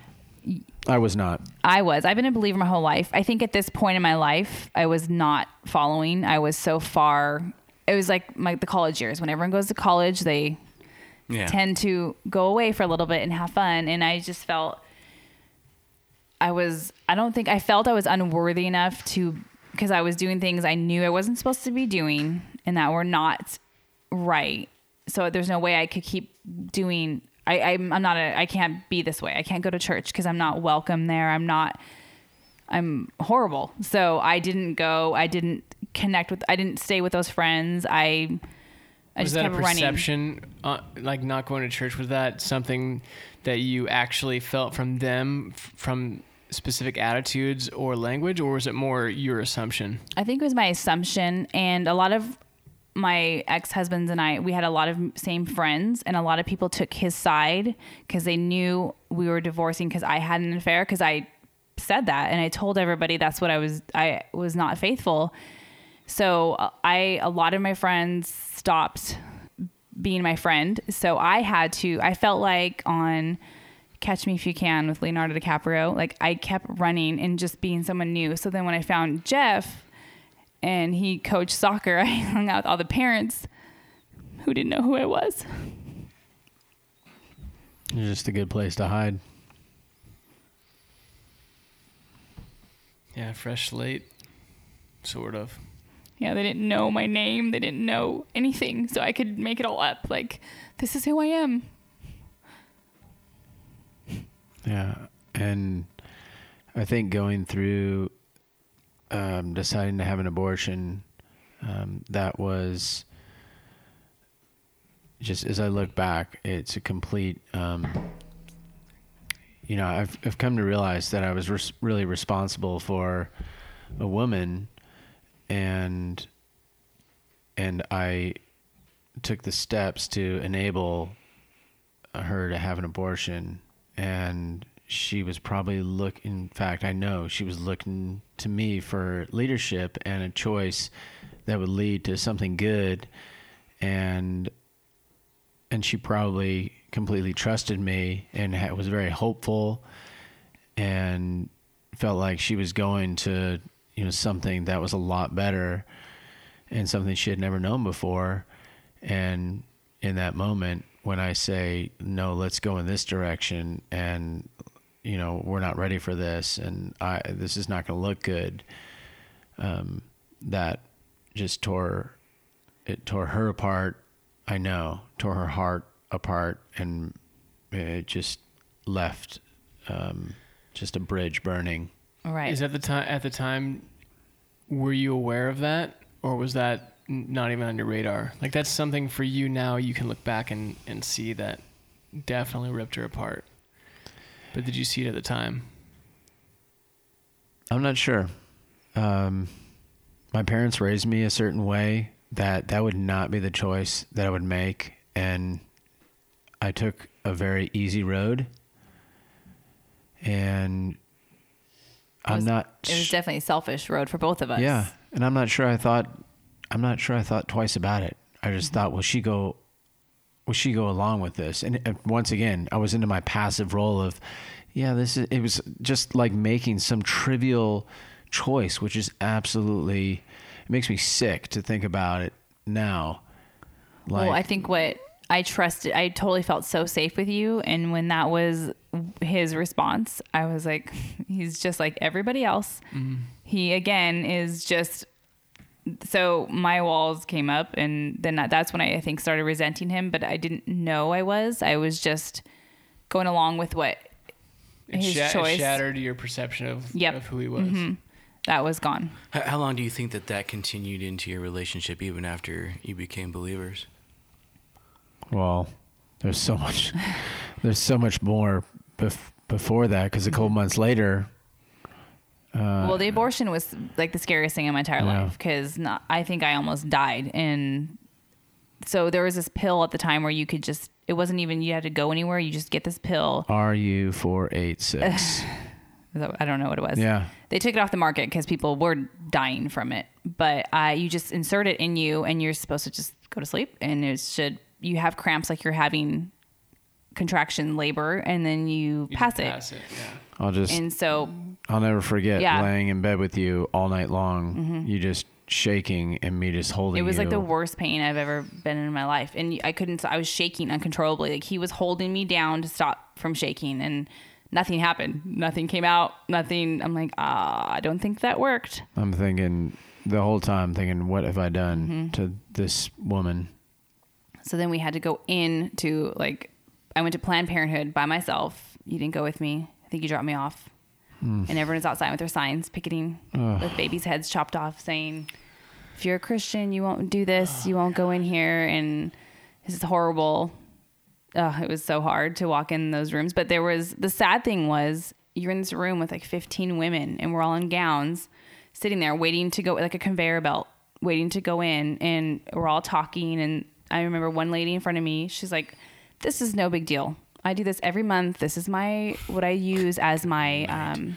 I was not. I was. I've been a believer my whole life. I think at this point in my life, I was not following. I was so far. It was like my, the college years. When everyone goes to college, they Yeah. tend to go away for a little bit and have fun. And I just felt I was, I don't think, I felt I was unworthy enough to, because I was doing things I knew I wasn't supposed to be doing and that were not right. So there's no way I could keep doing. I, I'm, I'm not a, I can't be this way. I can't go to church because I'm not welcome there. I'm not, I'm horrible. So I didn't go. I didn't connect with, I didn't stay with those friends. I, I was just that kept a running. perception, uh, like not going to church? Was that something that you actually felt from them, f- from specific attitudes or language, or was it more your assumption? I think it was my assumption, and a lot of my ex husbands and I, we had a lot of same friends, and a lot of people took his side because they knew we were divorcing because I had an affair because I said that and I told everybody that's what I was I was not faithful. So uh, I a lot of my friends stopped being my friend. So I had to I felt like on Catch Me If You Can with Leonardo DiCaprio, like I kept running and just being someone new. So then when I found Jeff and he coached soccer, I hung out with all the parents who didn't know who I was. You're just a good place to hide. Yeah, fresh slate, sort of. Yeah, they didn't know my name. They didn't know anything. So I could make it all up. Like, this is who I am. Yeah, and I think going through um, deciding to have an abortion, um, that was just as I look back, it's a complete. Um, you know, I've I've come to realize that I was res- really responsible for a woman, and and I took the steps to enable her to have an abortion and she was probably look in fact i know she was looking to me for leadership and a choice that would lead to something good and and she probably completely trusted me and ha- was very hopeful and felt like she was going to you know something that was a lot better and something she had never known before and in that moment when i say no let's go in this direction and you know we're not ready for this and i this is not going to look good um that just tore it tore her apart i know tore her heart apart and it just left um just a bridge burning Right. Is at the time at the time, were you aware of that, or was that n- not even on your radar? Like that's something for you now. You can look back and and see that definitely ripped her apart. But did you see it at the time? I'm not sure. Um, my parents raised me a certain way that that would not be the choice that I would make, and I took a very easy road. And I'm not. It was definitely a selfish road for both of us. Yeah, and I'm not sure. I thought, I'm not sure. I thought twice about it. I Mm-hmm. just thought, will she go? Will she go along with this? And uh, once again, I was into my passive role of, yeah, this is. It was just like making some trivial choice, which is absolutely. It makes me sick to think about it now. Like, well, I think what I trusted, I totally felt so safe with you. And when that was his response, I was like, he's just like everybody else. Mhm. Mm-hmm. He again is just so my walls came up, and then that- that's when I, I think started resenting him. But I didn't know I was. I was just going along with what It his sha- it choice. shattered your perception of, Yep. of who he was. Mhm. That was gone. How, how long do you think that that continued into your relationship, even after you became believers? Well, there's so much, there's so much more bef- before that because a couple Mm-hmm. months later. Uh, well, the abortion was like the scariest thing in my entire Yeah. life because I think I almost died. And so there was this pill at the time where you could just, it wasn't even, you had to go anywhere. You just get this pill. RU four eight six. Though I don't know what it was. Yeah. They took it off the market because people were dying from it. But uh, you just insert it in you and you're supposed to just go to sleep. And it should, you have cramps like you're having contraction labor and then you, pass, it. I'll just. And so I'll never forget Yeah. laying in bed with you all night long. Mhm. You just shaking and me just holding. It was like you. the worst pain I've ever been in my life, and I couldn't. I was shaking uncontrollably. Like he was holding me down to stop from shaking, and nothing happened. Nothing came out. Nothing. I'm like, ah, I don't think that worked. I'm thinking the whole time, thinking, what have I done Mhm. to this woman? So then we had to go in to like, I went to Planned Parenthood by myself. You didn't go with me. I think you dropped me off. Mm. And everyone's outside with their signs, picketing Ugh. with babies' heads chopped off, saying, "If you're a Christian, you won't do this. you won't go in here." And this is horrible. Ugh, it was so hard to walk in those rooms. But there was the sad thing was you're in this room with like 15 women, and we're all in gowns, sitting there waiting to go like a conveyor belt, waiting to go in, and we're all talking. And I remember one lady in front of me. She's like, "This is no big deal. I do this every month. This is my what I use as my um,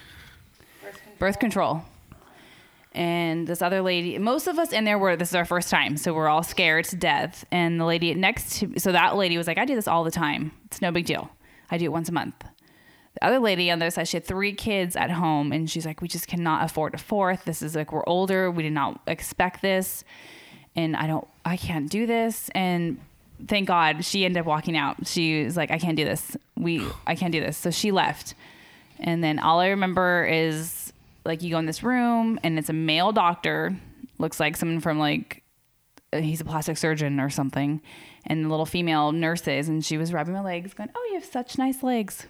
birth control." and this other lady most of us in there were this is our first time so we're all scared to death and the lady next to so that lady was like i do this all the time it's no big deal i do it once a month the other lady on the other side she had three kids at home and she's like we just cannot afford a fourth this is like we're older we did not expect this and i don't i can't do this and thank god she ended up walking out she was like i can't do this we i can't do this so she left and then all I remember is like you go in this room and it's a male doctor, looks like someone from like uh, he's a plastic surgeon or something, and the little female nurses and she was rubbing my legs, going, "Oh, you have such nice legs."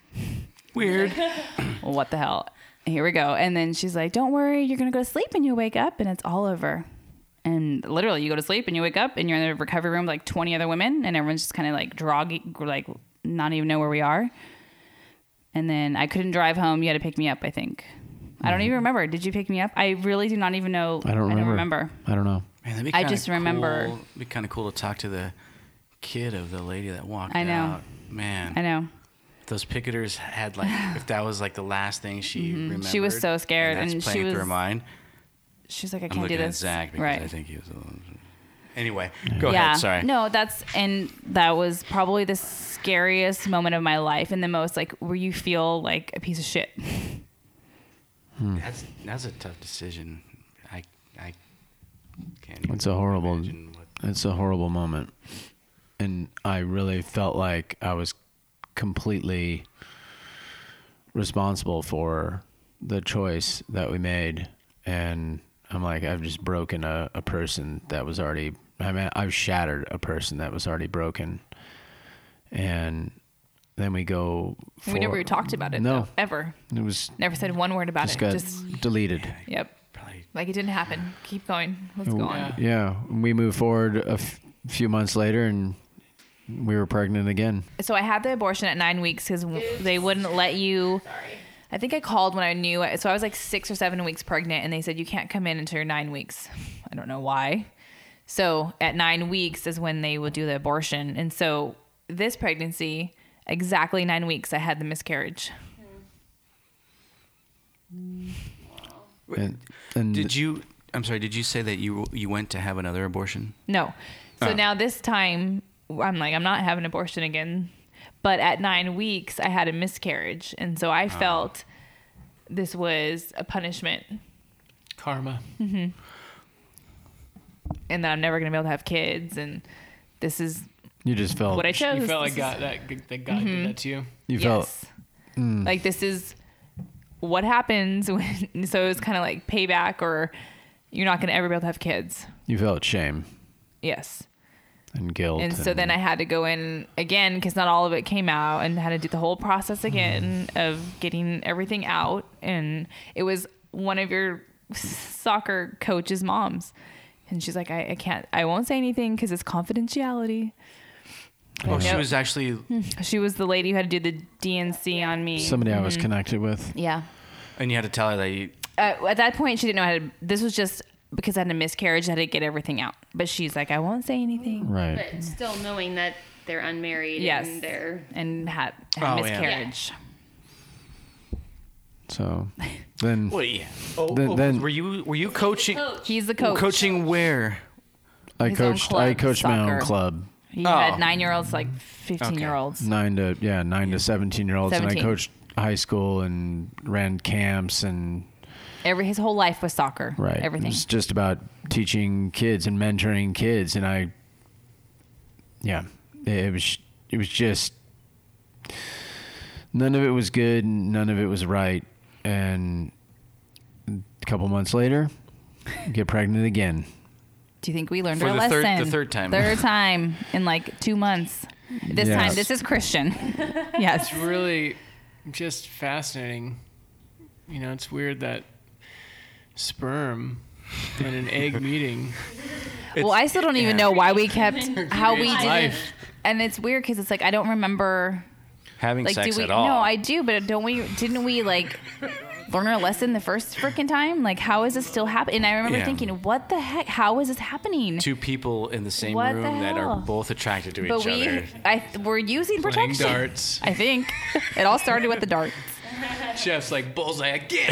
Weird. what the hell? Here we go. And then she's like, "Don't worry, you're gonna go to sleep and you wake up and it's all over." And literally, you go to sleep and you wake up and you're in the recovery room with like 20 other women, and everyone's just kind of like droggy, like not even know where we are. And then I couldn't drive home. You had to pick me up, I think. I don't even remember. Did you pick me up? I really do not even know. Mm-hmm. I don't I don't remember. remember. I don't know. Man, that'd be I kinda just remember- cool- It'd be kind of cool to talk to the kid of the lady that walked I know. out. Man, I know. If Those picketers had like if that was like the last thing she remembered. Mm-hmm. She was so scared, and, that's and she playing through her was- mind. She's like, I I'm can't do looking at this. Zach because right. I think he was. A little... Anyway, go yeah. ahead. Sorry. No, that's and that was probably the scariest moment of my life, and the most like where you feel like a piece of shit. That's that's a tough decision. I I can't. It's a horrible. It's a horrible moment, and I really felt like I was completely responsible for the choice that we made, and I'm like, I've just broken a, a person that was already. I mean, I've shattered a person that was already broken, and then we go. we never for- talked about it. No, though, ever. It was Never said one word about just it. got Just deleted. yep. Like it didn't happen. Keep going. Let's go on. Yeah. we moved forward a f- few months later, and we were pregnant again. so I had the abortion at nine weeks because they wouldn't let you. I think I called when I knew. So I was like six or seven weeks pregnant, and they said you can't come in until you're nine weeks. I don't know why. So at nine weeks is when they will do the abortion, and so this pregnancy, exactly nine weeks, I had the miscarriage. And, and did you? I'm sorry. Did you say that you you went to have another abortion? No. So Oh. now this time, I'm like, I'm not having abortion again. But at nine weeks, I had a miscarriage, and so I Oh. felt this was a punishment. Karma. hmm And that I'm never going to be able to have kids. And this is You just felt what I chose. Oh, You felt This like is- God, that, that God Mhm. did that to you. you yes. felt Mm. Like this is what happens when. So it's kind of like payback, or you're not going to ever be able to have kids. You felt shame Yes. and guilt. And so then I and- had to go in again because not all of it came out, and had to do the whole Mm. process again of getting everything out. And it was one of your soccer coach's moms, and she's like, "I, I can't, I won't say anything because it's confidentiality." Oh, she Yep. was actually. She was the lady who had to do the DNC on me. somebody I was Mhm. connected with. Yeah. And you had to tell her that you. Uh, at that point, she didn't know how to. This was just because I had a miscarriage. I had to get everything out. But she's like, I won't say anything. But still knowing that they're unmarried Yes. and they're And had, had Oh, yeah. miscarriage. So then. Wait. Oh, Then- oh, then- were you were you coaching? He's the coach. Coaching where? I His own coached. I club, coached my own soccer. club. He Oh. had nine year olds, like 15 year olds. Nine to yeah, nine to seventeen year olds, and I 17. coached high school and ran camps and Every His whole life was soccer. right. Everything. It's just about teaching kids and mentoring kids, and I. Yeah, it was. It was just. None of it was good. and None of it was right, and a couple months later, get pregnant again. Do you think we learned For our the third- the lesson? third time. Third time in like two months. This Yes. time, this is Christian. yes. It's really just fascinating. You know, it's weird that sperm and an egg meeting. well, I still don't even know why we kept how we Creates did. life. And it's weird because it's like I don't remember Having like sex do we at all? no i do but don't we didn't we like learn our lesson the first freaking time like how is this still happening and i remember Yeah. thinking what the heck how is this happening Two people in the same What the room that are hell? both attracted to but each we other. i we're using Playing protection darts. i think it all started with the dart Jeff's like bullseye again.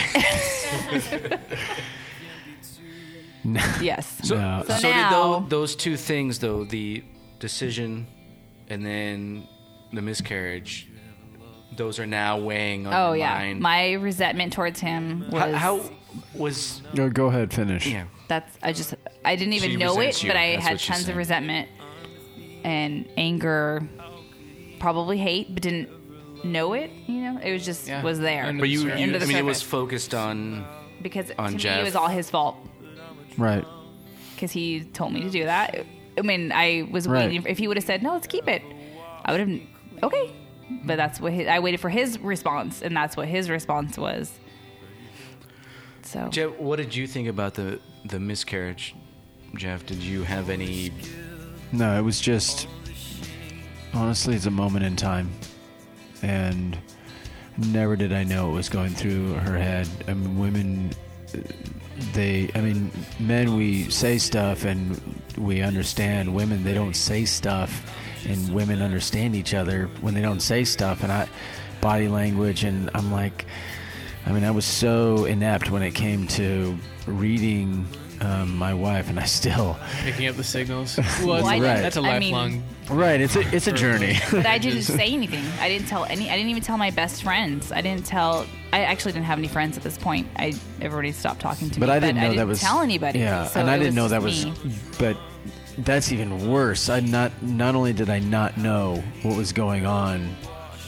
yes So, No. so, So did now- those, those two things though the decision and then the miscarriage. Those are now weighing on oh your yeah mind. my resentment towards him How- was how was Go, go ahead, finish. Yeah. that's i just i didn't even She know resents it you, but i that's had what she's tons saying. of resentment and anger probably hate but didn't know it you know it was just was there But you, you I Under mean, the it was surface. focused on because on to me Jeff. it was all his fault Right. because he told me to do that. I mean, I was Right. waiting. If he would have said no, let's keep it, I would have okay. But that's what his, I waited for his response, and that's what his response was. So Jeff, what did you think about the the miscarriage? Jeff, did you have any? No, it was just honestly, it's a moment in time, and never did I know it was going through her head. I mean, women, uh, they, I mean, men, we say stuff and we understand. Women, they don't say stuff, and women understand each other when they don't say stuff. And I, body language, and I'm like, I mean, I was so inept when it came to reading. Um, my wife and I still Picking up the signals. Well, that's, I didn't- that's a I mean- lifelong. Right, it's a it's a journey. but I didn't say anything. I didn't tell any. I didn't even tell my best friends. I didn't tell. I actually didn't have any friends at this point. I everybody stopped talking to but me. I didn't know that was tell anybody. Yeah, So and I it didn't know just that was. me. But that's even worse. I not not only did I not know what was going on,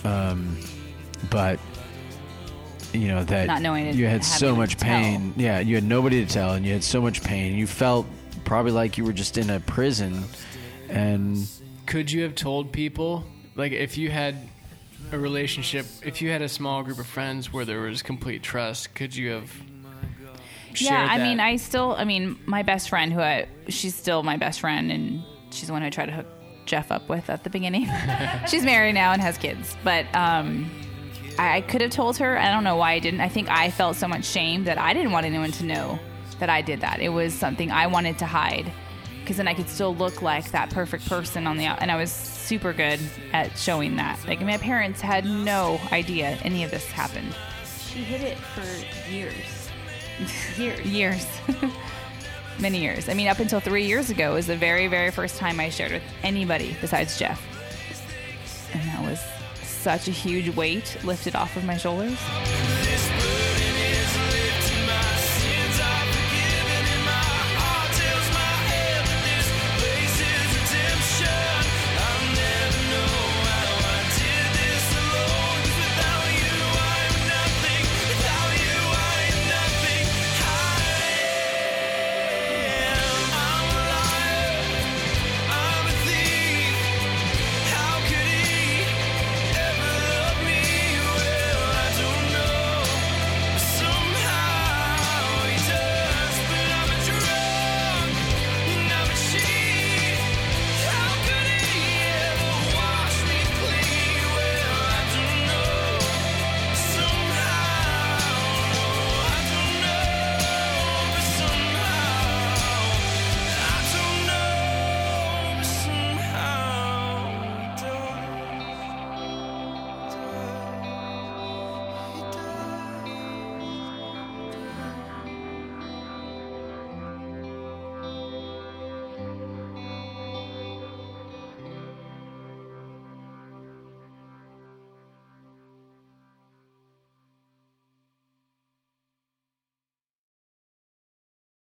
um, but you know that Not knowing it, you had so having much to tell. pain. Yeah, you had nobody to tell, and you had so much pain. You felt probably like you were just in a prison, and Could you have told people like if you had a relationship, if you had a small group of friends where there was complete trust, could you have? yeah shared i that? mean i still i mean my best friend who i she's still my best friend and she's the one who i tried to hook jeff up with at the beginning she's married now and has kids but um I, I could have told her i don't know why i didn't i think i felt so much shame that i didn't want anyone to know that i did that it was something i wanted to hide because then i could still look like that perfect person on the out and i was super good at showing that like my parents had no idea any of this happened She hid it for years. Years. years many years i mean up until three years ago was the very very first time i shared with anybody besides jeff and that was such a huge weight lifted off of my shoulders